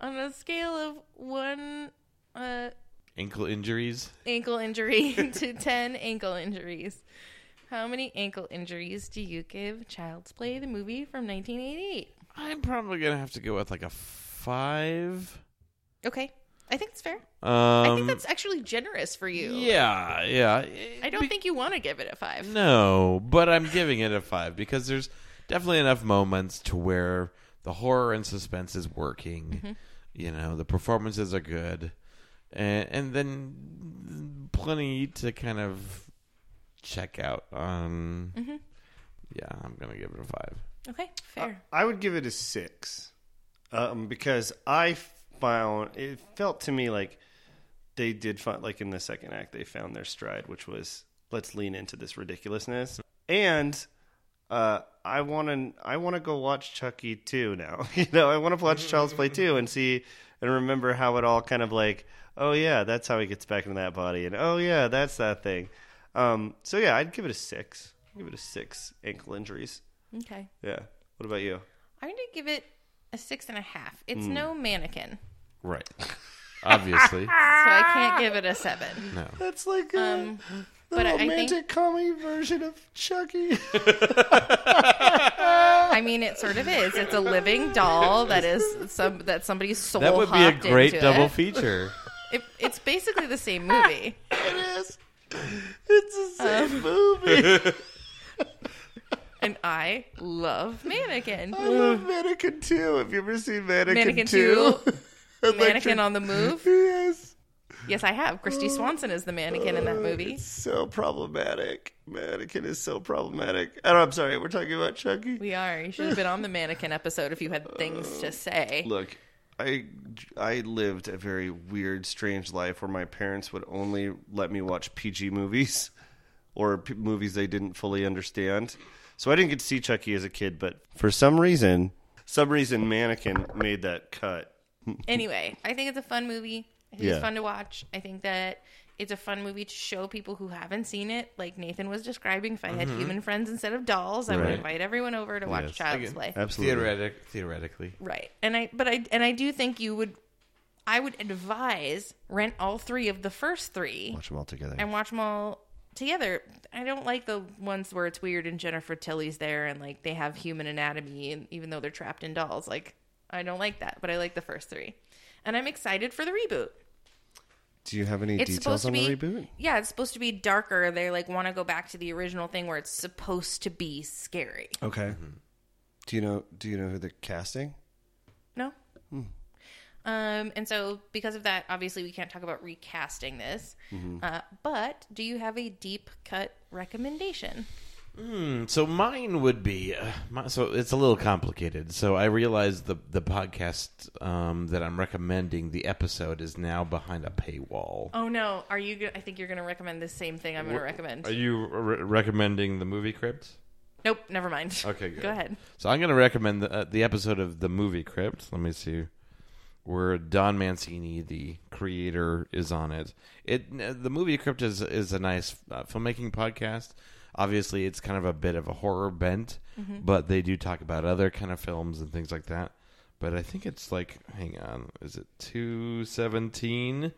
[SPEAKER 1] on a scale of one uh
[SPEAKER 9] Ankle injuries.
[SPEAKER 1] ankle injury to 10 ankle injuries how many ankle injuries do you give child's play the movie from 1988
[SPEAKER 9] I'm probably gonna have to go with like a five.
[SPEAKER 1] okay i think it's fair
[SPEAKER 9] Um,
[SPEAKER 1] I think that's actually generous for you.
[SPEAKER 9] yeah, yeah.
[SPEAKER 1] I don't think you want to give it a five.
[SPEAKER 9] No, but I'm giving it a five because there's definitely enough moments to where the horror and suspense is working.
[SPEAKER 1] Mm-hmm.
[SPEAKER 9] You know, the performances are good, and and then plenty to kind of check out on.
[SPEAKER 1] Mm-hmm.
[SPEAKER 9] Yeah, I'm gonna give it a five.
[SPEAKER 1] Okay, fair.
[SPEAKER 8] I would give it a six um, because I found it felt to me like they did find, like in the second act, they found their stride, which was let's lean into this ridiculousness. And uh, I want to I want to go watch Chucky too now. you know, I want to watch Child's Play too and see and remember how it all kind of like, oh yeah, that's how he gets back into that body, and oh yeah, that's that thing. Um, so yeah, I'd give it a six. I'd give it a six ankle injuries.
[SPEAKER 9] Uh,
[SPEAKER 1] okay.
[SPEAKER 8] Yeah. What about you?
[SPEAKER 1] I'm going to give it a six and a half. It's
[SPEAKER 9] Hmm.
[SPEAKER 1] no mannequin,
[SPEAKER 9] Right. Obviously,
[SPEAKER 1] so I can't give it a seven. Um,
[SPEAKER 9] no.
[SPEAKER 8] That's like a, Ah. the
[SPEAKER 1] but I think-
[SPEAKER 8] romantic comedy version of Chucky.
[SPEAKER 1] I mean, it sort of is. It's a living doll that is some that somebody's soul.
[SPEAKER 9] That would be a
[SPEAKER 1] hopped
[SPEAKER 9] great
[SPEAKER 1] into
[SPEAKER 9] double
[SPEAKER 1] It.
[SPEAKER 9] feature.
[SPEAKER 1] It- it's basically the same movie.
[SPEAKER 8] Ah,
[SPEAKER 1] Um,
[SPEAKER 8] it is. It's the same movie.
[SPEAKER 1] And I love Mannequin.
[SPEAKER 8] I love Mannequin 2. Have you ever seen Mannequin,
[SPEAKER 1] Mannequin
[SPEAKER 8] 2?
[SPEAKER 1] 2. Mannequin on the move.
[SPEAKER 8] Yes.
[SPEAKER 1] Yes, I have. Christy Swanson is the mannequin in that movie.
[SPEAKER 8] It's so problematic. Mannequin is so problematic. I don't, I'm sorry, we're talking about Chucky.
[SPEAKER 1] We are. You should have been on the mannequin episode if you had things to say.
[SPEAKER 8] Uh, Look, I I lived a very weird, strange life where my parents would only let me watch PG movies or p- movies they didn't fully understand. So I didn't get to see Chucky as a kid, but for some reason, some reason Mannequin made that cut.
[SPEAKER 1] anyway, I think it's a fun movie. I think
[SPEAKER 8] Yeah.
[SPEAKER 1] it's fun to watch. I think that it's a fun movie to show people who haven't seen it. Like Nathan was describing, if I had human friends instead of dolls, I would
[SPEAKER 9] Right.
[SPEAKER 1] invite everyone over to watch
[SPEAKER 8] Mm-hmm. Yes.
[SPEAKER 1] Child's
[SPEAKER 9] Again.
[SPEAKER 1] Play.
[SPEAKER 8] Absolutely.
[SPEAKER 9] Theoretic, theoretically,
[SPEAKER 1] Right. And I but I and I do think you would I would advise rent all three of the first three
[SPEAKER 8] Watch them all together.
[SPEAKER 1] and watch them all together. I don't like the ones where it's weird and Jennifer Tilly's there and like they have human anatomy and even though they're trapped in dolls, like I don't like that. But I like the first three, and I'm excited for the reboot.
[SPEAKER 8] Do you have any
[SPEAKER 1] It's supposed
[SPEAKER 8] details
[SPEAKER 1] to
[SPEAKER 8] on
[SPEAKER 1] be
[SPEAKER 8] the reboot?
[SPEAKER 1] yeah, it's supposed to be darker. They like want to go back to the original thing where it's supposed to be scary.
[SPEAKER 8] Okay. Mm-hmm. Do you know Do you know who the casting?
[SPEAKER 1] No.
[SPEAKER 8] Hmm.
[SPEAKER 1] Um, and so because of that, obviously we can't talk about recasting this.
[SPEAKER 8] Mm-hmm.
[SPEAKER 1] Uh, but do you have a deep cut recommendation?
[SPEAKER 9] So mine would be uh, my, so it's a little complicated. So I realize the the podcast um, that I'm recommending the episode is now behind a paywall.
[SPEAKER 1] Oh no, are you? go- I think you're going to recommend the same thing I'm going to recommend.
[SPEAKER 9] Are you re- recommending the movie Crypt?
[SPEAKER 1] Nope, never mind.
[SPEAKER 9] Okay, good.
[SPEAKER 1] Go ahead.
[SPEAKER 9] So I'm going to recommend the, uh, the episode of the movie Crypt. Let me see. Where Don Mancini, the creator, is on it. It uh, the movie Crypt is is a nice uh, filmmaking podcast. Obviously, it's kind of a bit of a horror bent, but they do talk about other kind of films and things like that. But I think it's like, hang on, is it two seventeen?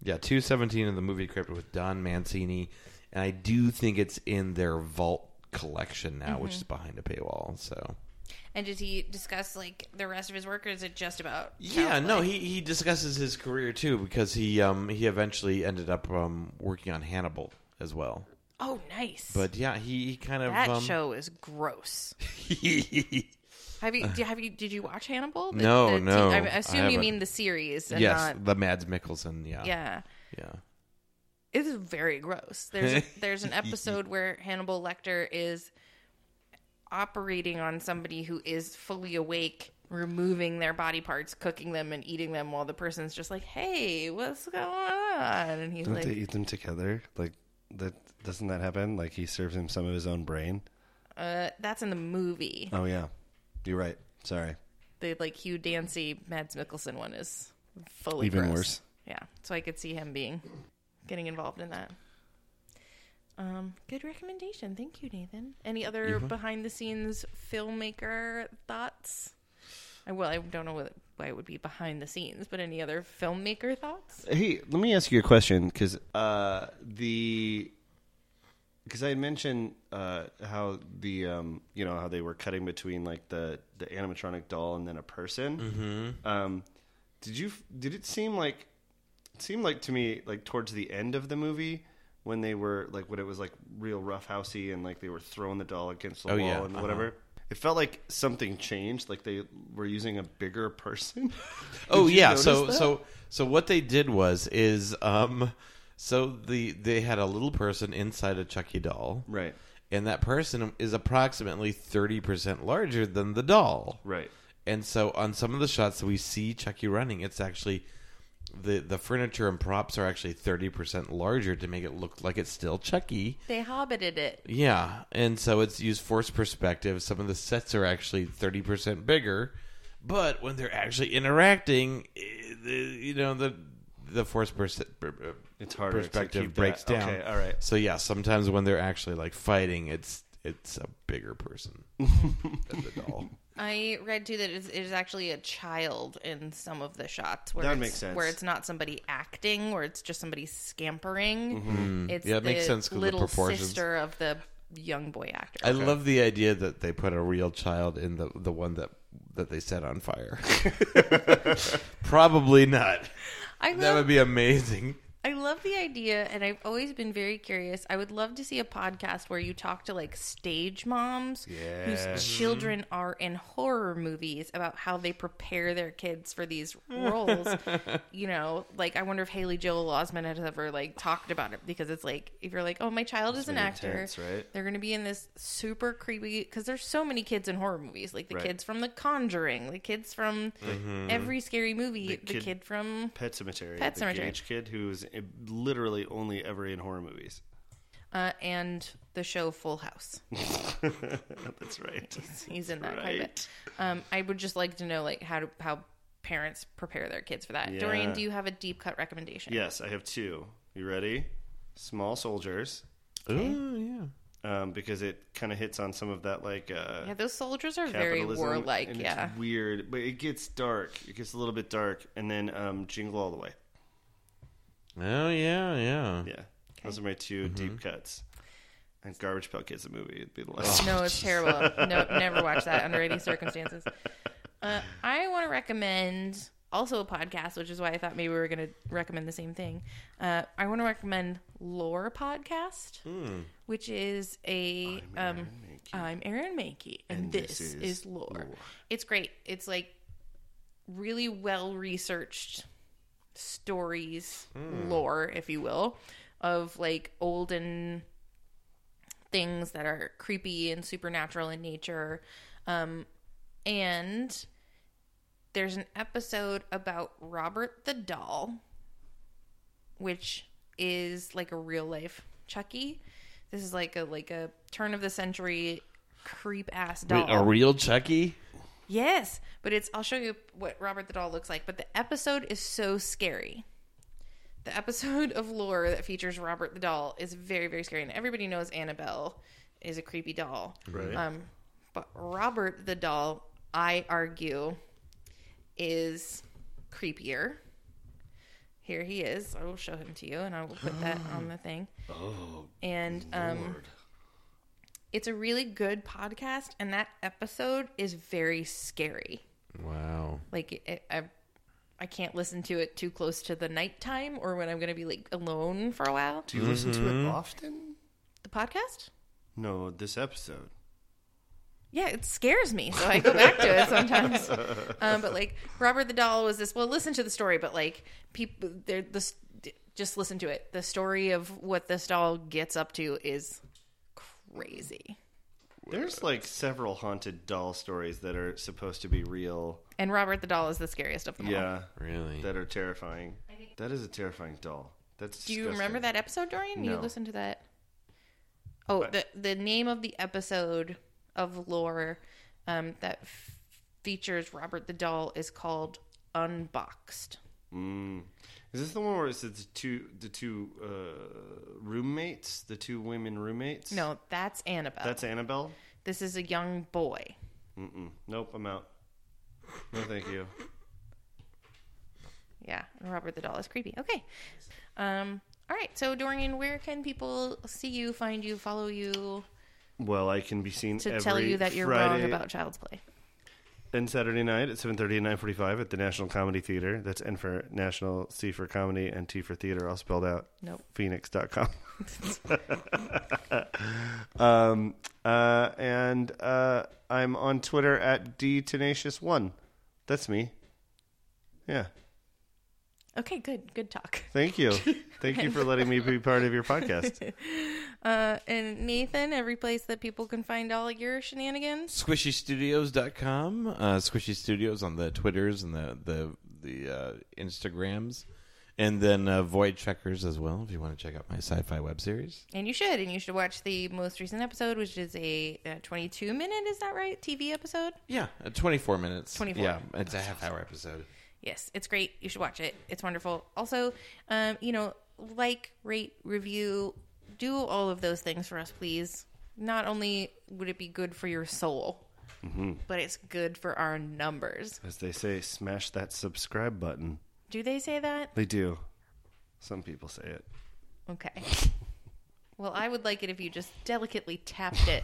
[SPEAKER 9] Yeah, two seventeen in the movie Crypt with Don Mancini, and I do think it's in their vault collection now, which is behind a paywall. So
[SPEAKER 1] And did he discuss like the rest of his work, or is it just about?
[SPEAKER 9] yeah,
[SPEAKER 1] Cowboy?
[SPEAKER 9] no, he he discusses his career too because he um he eventually ended up um working on Hannibal as well.
[SPEAKER 1] Oh, nice.
[SPEAKER 9] But yeah, he, he kind of
[SPEAKER 1] that
[SPEAKER 9] um,
[SPEAKER 1] show is gross. Have you? do- Have you? Did you watch Hannibal? The-
[SPEAKER 9] No,
[SPEAKER 1] the t-
[SPEAKER 9] no,
[SPEAKER 1] I
[SPEAKER 9] I
[SPEAKER 1] assume you
[SPEAKER 9] haven't.
[SPEAKER 1] mean the series, and
[SPEAKER 9] yes,
[SPEAKER 1] not
[SPEAKER 9] the Mads Mikkelsen. Yeah,
[SPEAKER 1] yeah.
[SPEAKER 9] yeah.
[SPEAKER 1] It is very gross. There's there's an episode where Hannibal Lecter is operating on somebody who is fully awake, removing their body parts, cooking them, and eating them, while the person's just like, "Hey, what's going on?" And he's
[SPEAKER 8] Don't
[SPEAKER 1] like,
[SPEAKER 8] they eat them together? Like that? Doesn't that happen? Like he serves him some of his own brain.
[SPEAKER 1] uh, "That's in the movie."
[SPEAKER 8] Oh yeah, you're right. Sorry.
[SPEAKER 1] The like Hugh Dancy, Mads Mikkelsen one is fully
[SPEAKER 8] Even
[SPEAKER 1] gross.
[SPEAKER 8] worse.
[SPEAKER 1] Yeah, so I could see him being getting involved in that. Um, good recommendation. Thank you, Nathan. Any other behind the scenes filmmaker thoughts? I well, I don't know what, why it would be behind the scenes, but any other filmmaker thoughts?
[SPEAKER 8] Hey, let me ask you a question because uh, the because I had mentioned uh, how the um, you know how they were cutting between like the the animatronic doll and then a person.
[SPEAKER 9] Mm-hmm.
[SPEAKER 8] Um, did you did it seem like it seemed like to me like towards the end of the movie when they were like when it was like real roughhousey and like they were throwing the doll against the
[SPEAKER 9] Oh,
[SPEAKER 8] wall
[SPEAKER 9] yeah,
[SPEAKER 8] and
[SPEAKER 9] uh-huh.
[SPEAKER 8] whatever. It felt like something changed, like they were using a bigger person.
[SPEAKER 9] oh
[SPEAKER 8] Did you
[SPEAKER 9] yeah
[SPEAKER 8] notice
[SPEAKER 9] so
[SPEAKER 8] that?
[SPEAKER 9] so so what they did was is um so the they had a little person inside a chucky doll
[SPEAKER 8] right,
[SPEAKER 9] and that person is approximately 30% larger than the doll
[SPEAKER 8] right,
[SPEAKER 9] and so on some of the shots that we see chucky running it's actually the the furniture and props are actually 30% larger to make it look like it's still chucky
[SPEAKER 1] They hobbited it.
[SPEAKER 9] yeah, and so it's used forced perspective. Some of the sets are actually thirty percent bigger, but when they're actually interacting, eh, the, you know the the forced pers- per- per-
[SPEAKER 8] It's harder to
[SPEAKER 9] perspective
[SPEAKER 8] keep
[SPEAKER 9] breaks
[SPEAKER 8] that-
[SPEAKER 9] down.
[SPEAKER 8] okay, all right.
[SPEAKER 9] So yeah, sometimes when they're actually like fighting, it's it's a bigger person than the doll.
[SPEAKER 1] I read too that it's, it is actually a child in some of the shots where
[SPEAKER 8] That
[SPEAKER 1] it's,
[SPEAKER 8] makes sense.
[SPEAKER 1] where it's not somebody acting, where it's just somebody scampering.
[SPEAKER 8] Mm-hmm.
[SPEAKER 1] It's
[SPEAKER 9] Yeah, it
[SPEAKER 1] the
[SPEAKER 9] makes sense 'cause of the
[SPEAKER 1] little
[SPEAKER 9] proportions.
[SPEAKER 1] sister of the young boy actor.
[SPEAKER 9] I love the idea that they put a real child in the the one that that they set on fire. Probably not.
[SPEAKER 1] I love,
[SPEAKER 9] That would be amazing.
[SPEAKER 1] I love the idea, and I've always been very curious. I would love to see a podcast where you talk to like stage moms whose children are in horror movies about how they prepare their kids for these roles. you know, like I wonder if Haley Joel Osment has ever like talked about it because it's like if you're like, oh, my child is an
[SPEAKER 8] really
[SPEAKER 1] actor,
[SPEAKER 8] intense, right?
[SPEAKER 1] They're going to be in this super creepy because there's so many kids in horror movies, like the
[SPEAKER 8] Right. Mm-hmm.
[SPEAKER 1] kids from The Conjuring, the kids from every scary movie, the,
[SPEAKER 8] kid-
[SPEAKER 1] kid from
[SPEAKER 8] Pet Cemetery.
[SPEAKER 1] Pet
[SPEAKER 8] the
[SPEAKER 1] Sematary.
[SPEAKER 8] Gage kid who's eh, literally only ever in horror movies.
[SPEAKER 1] uh, and the show Full House.
[SPEAKER 8] That's right.
[SPEAKER 1] He's in that quite a bit. Um, I would just like to know like how do, how parents prepare their kids for that. Dorian,
[SPEAKER 8] Yeah.
[SPEAKER 1] do you have a deep cut recommendation?
[SPEAKER 8] Yes, I have two. You ready? Small Soldiers,
[SPEAKER 9] Ooh, yeah.
[SPEAKER 8] um, because it kind of hits on some of that like uh,
[SPEAKER 1] Yeah, those soldiers are very
[SPEAKER 8] capitalism,
[SPEAKER 1] warlike.
[SPEAKER 8] and
[SPEAKER 1] yeah,
[SPEAKER 8] it's weird, but it gets dark. It gets a little bit dark, and then um, Jingle All the Way.
[SPEAKER 9] Oh yeah, yeah.
[SPEAKER 8] Yeah, those are my 2
[SPEAKER 9] Mm-hmm.
[SPEAKER 8] deep cuts. And Garbage Pail Kids, the movie, would be the
[SPEAKER 9] Oh.
[SPEAKER 8] last.
[SPEAKER 1] no, it's terrible. No, never watch that under any circumstances. Uh, I want to recommend also a podcast, which is why I thought maybe we were going to recommend the same thing. Uh, I want to recommend Lore Podcast, which is a I'm um, I'm Aaron Mankey, and, this, is, Lore. It's great. It's like really well researched stories, lore, if you will, of like olden things that are creepy and supernatural in nature. Um, and there's an episode about Robert the Doll, which is like a real life Chucky. This is like a like a turn of the century creep ass doll.
[SPEAKER 9] Wait, a real Chucky?
[SPEAKER 1] Yes, but it's I'll show you what Robert the Doll looks like, but the episode is so scary. The episode of lore that features Robert the Doll is very very scary and everybody knows Annabelle is a creepy doll.
[SPEAKER 8] Right.
[SPEAKER 1] Um but Robert the Doll, I argue, is creepier Here he is. I will show him to you, and I will put that on the thing. Oh, and um, it's a really good podcast, and that episode is very scary.
[SPEAKER 9] Wow.
[SPEAKER 1] Like it, it, I, I can't listen to it too close to the nighttime or when I'm going to be like alone for a while.
[SPEAKER 8] Do you listen to
[SPEAKER 9] Mm-hmm.
[SPEAKER 8] it often?
[SPEAKER 1] The podcast.
[SPEAKER 8] No, this episode.
[SPEAKER 1] Yeah, it scares me, so I go back to it sometimes. um, but like Robert the Doll was this. Well, listen to the story, but like people, they're this. Just listen to it. The story of what this doll gets up to is crazy.
[SPEAKER 8] There's like several haunted doll stories that are supposed to be real.
[SPEAKER 1] And Robert the Doll is the scariest of them all.
[SPEAKER 8] Yeah,
[SPEAKER 9] Really?
[SPEAKER 8] that are terrifying. That is a terrifying doll. That's.
[SPEAKER 1] Do you remember
[SPEAKER 8] disgusting.
[SPEAKER 1] that episode, Dorian? You
[SPEAKER 8] No.
[SPEAKER 1] listened to that. Oh, the the name of the episode of lore um, that f- features Robert the Doll is called Unboxed.
[SPEAKER 8] Is this the one where it's the two the two uh, roommates, the two women roommates?
[SPEAKER 1] No, that's Annabelle.
[SPEAKER 8] that's Annabelle.
[SPEAKER 1] this is a young boy.
[SPEAKER 8] Nope, I'm out. No, thank you.
[SPEAKER 1] Yeah, and Robert the Doll is creepy. Okay. Um. All right. So Dorian, where can people see you, find you, follow you
[SPEAKER 8] Well, I can be seen
[SPEAKER 1] to
[SPEAKER 8] every
[SPEAKER 1] tell you that you're
[SPEAKER 8] Friday
[SPEAKER 1] wrong about Child's Play?
[SPEAKER 8] and Saturday night at seven thirty and nine forty five at the National Comedy Theater. That's N for National, C for Comedy, and T for Theater, all spelled out.
[SPEAKER 1] Nope.
[SPEAKER 8] Phoenix.com. um, uh, and uh, I'm on Twitter at D Tenacious One. That's me. Yeah.
[SPEAKER 1] Okay. Good. Good talk.
[SPEAKER 8] Thank you. Thank you for letting me be part of your podcast.
[SPEAKER 1] Uh, and Nathan, every place that people can find all your shenanigans.
[SPEAKER 9] squishystudios.com uh squishy studios on the twitters and the the the uh instagrams and then uh, void checkers as well if you want to check out my sci-fi web series
[SPEAKER 1] And you should. And you should watch the most recent episode, which is a, uh 22 minute, is that right? TV episode?
[SPEAKER 9] yeah uh, 24 minutes
[SPEAKER 1] 24.
[SPEAKER 9] yeah it's a half hour episode
[SPEAKER 1] Yes, it's great. You should watch it. It's wonderful. Also, um, you know, like, rate, review, do all of those things for us, please. Not only would it be good for your soul, but it's good for our numbers.
[SPEAKER 8] As they say, smash that subscribe button.
[SPEAKER 1] Do they say that?
[SPEAKER 8] They do. Some people say it.
[SPEAKER 1] Okay. Well, I would like it if you just delicately tapped it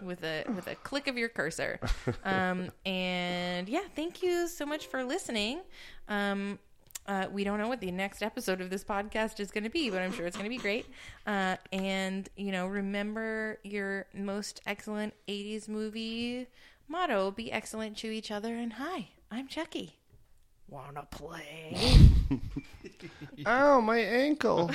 [SPEAKER 1] with a with a click of your cursor. Um, and yeah, thank you so much for listening. Um, uh, we don't know what the next episode of this podcast is going to be, but I'm sure it's going to be great. Uh, and you know, remember your most excellent '80s movie motto: "Be excellent to each other." And hi, I'm Chucky. Wanna play?
[SPEAKER 8] Ow, my ankle.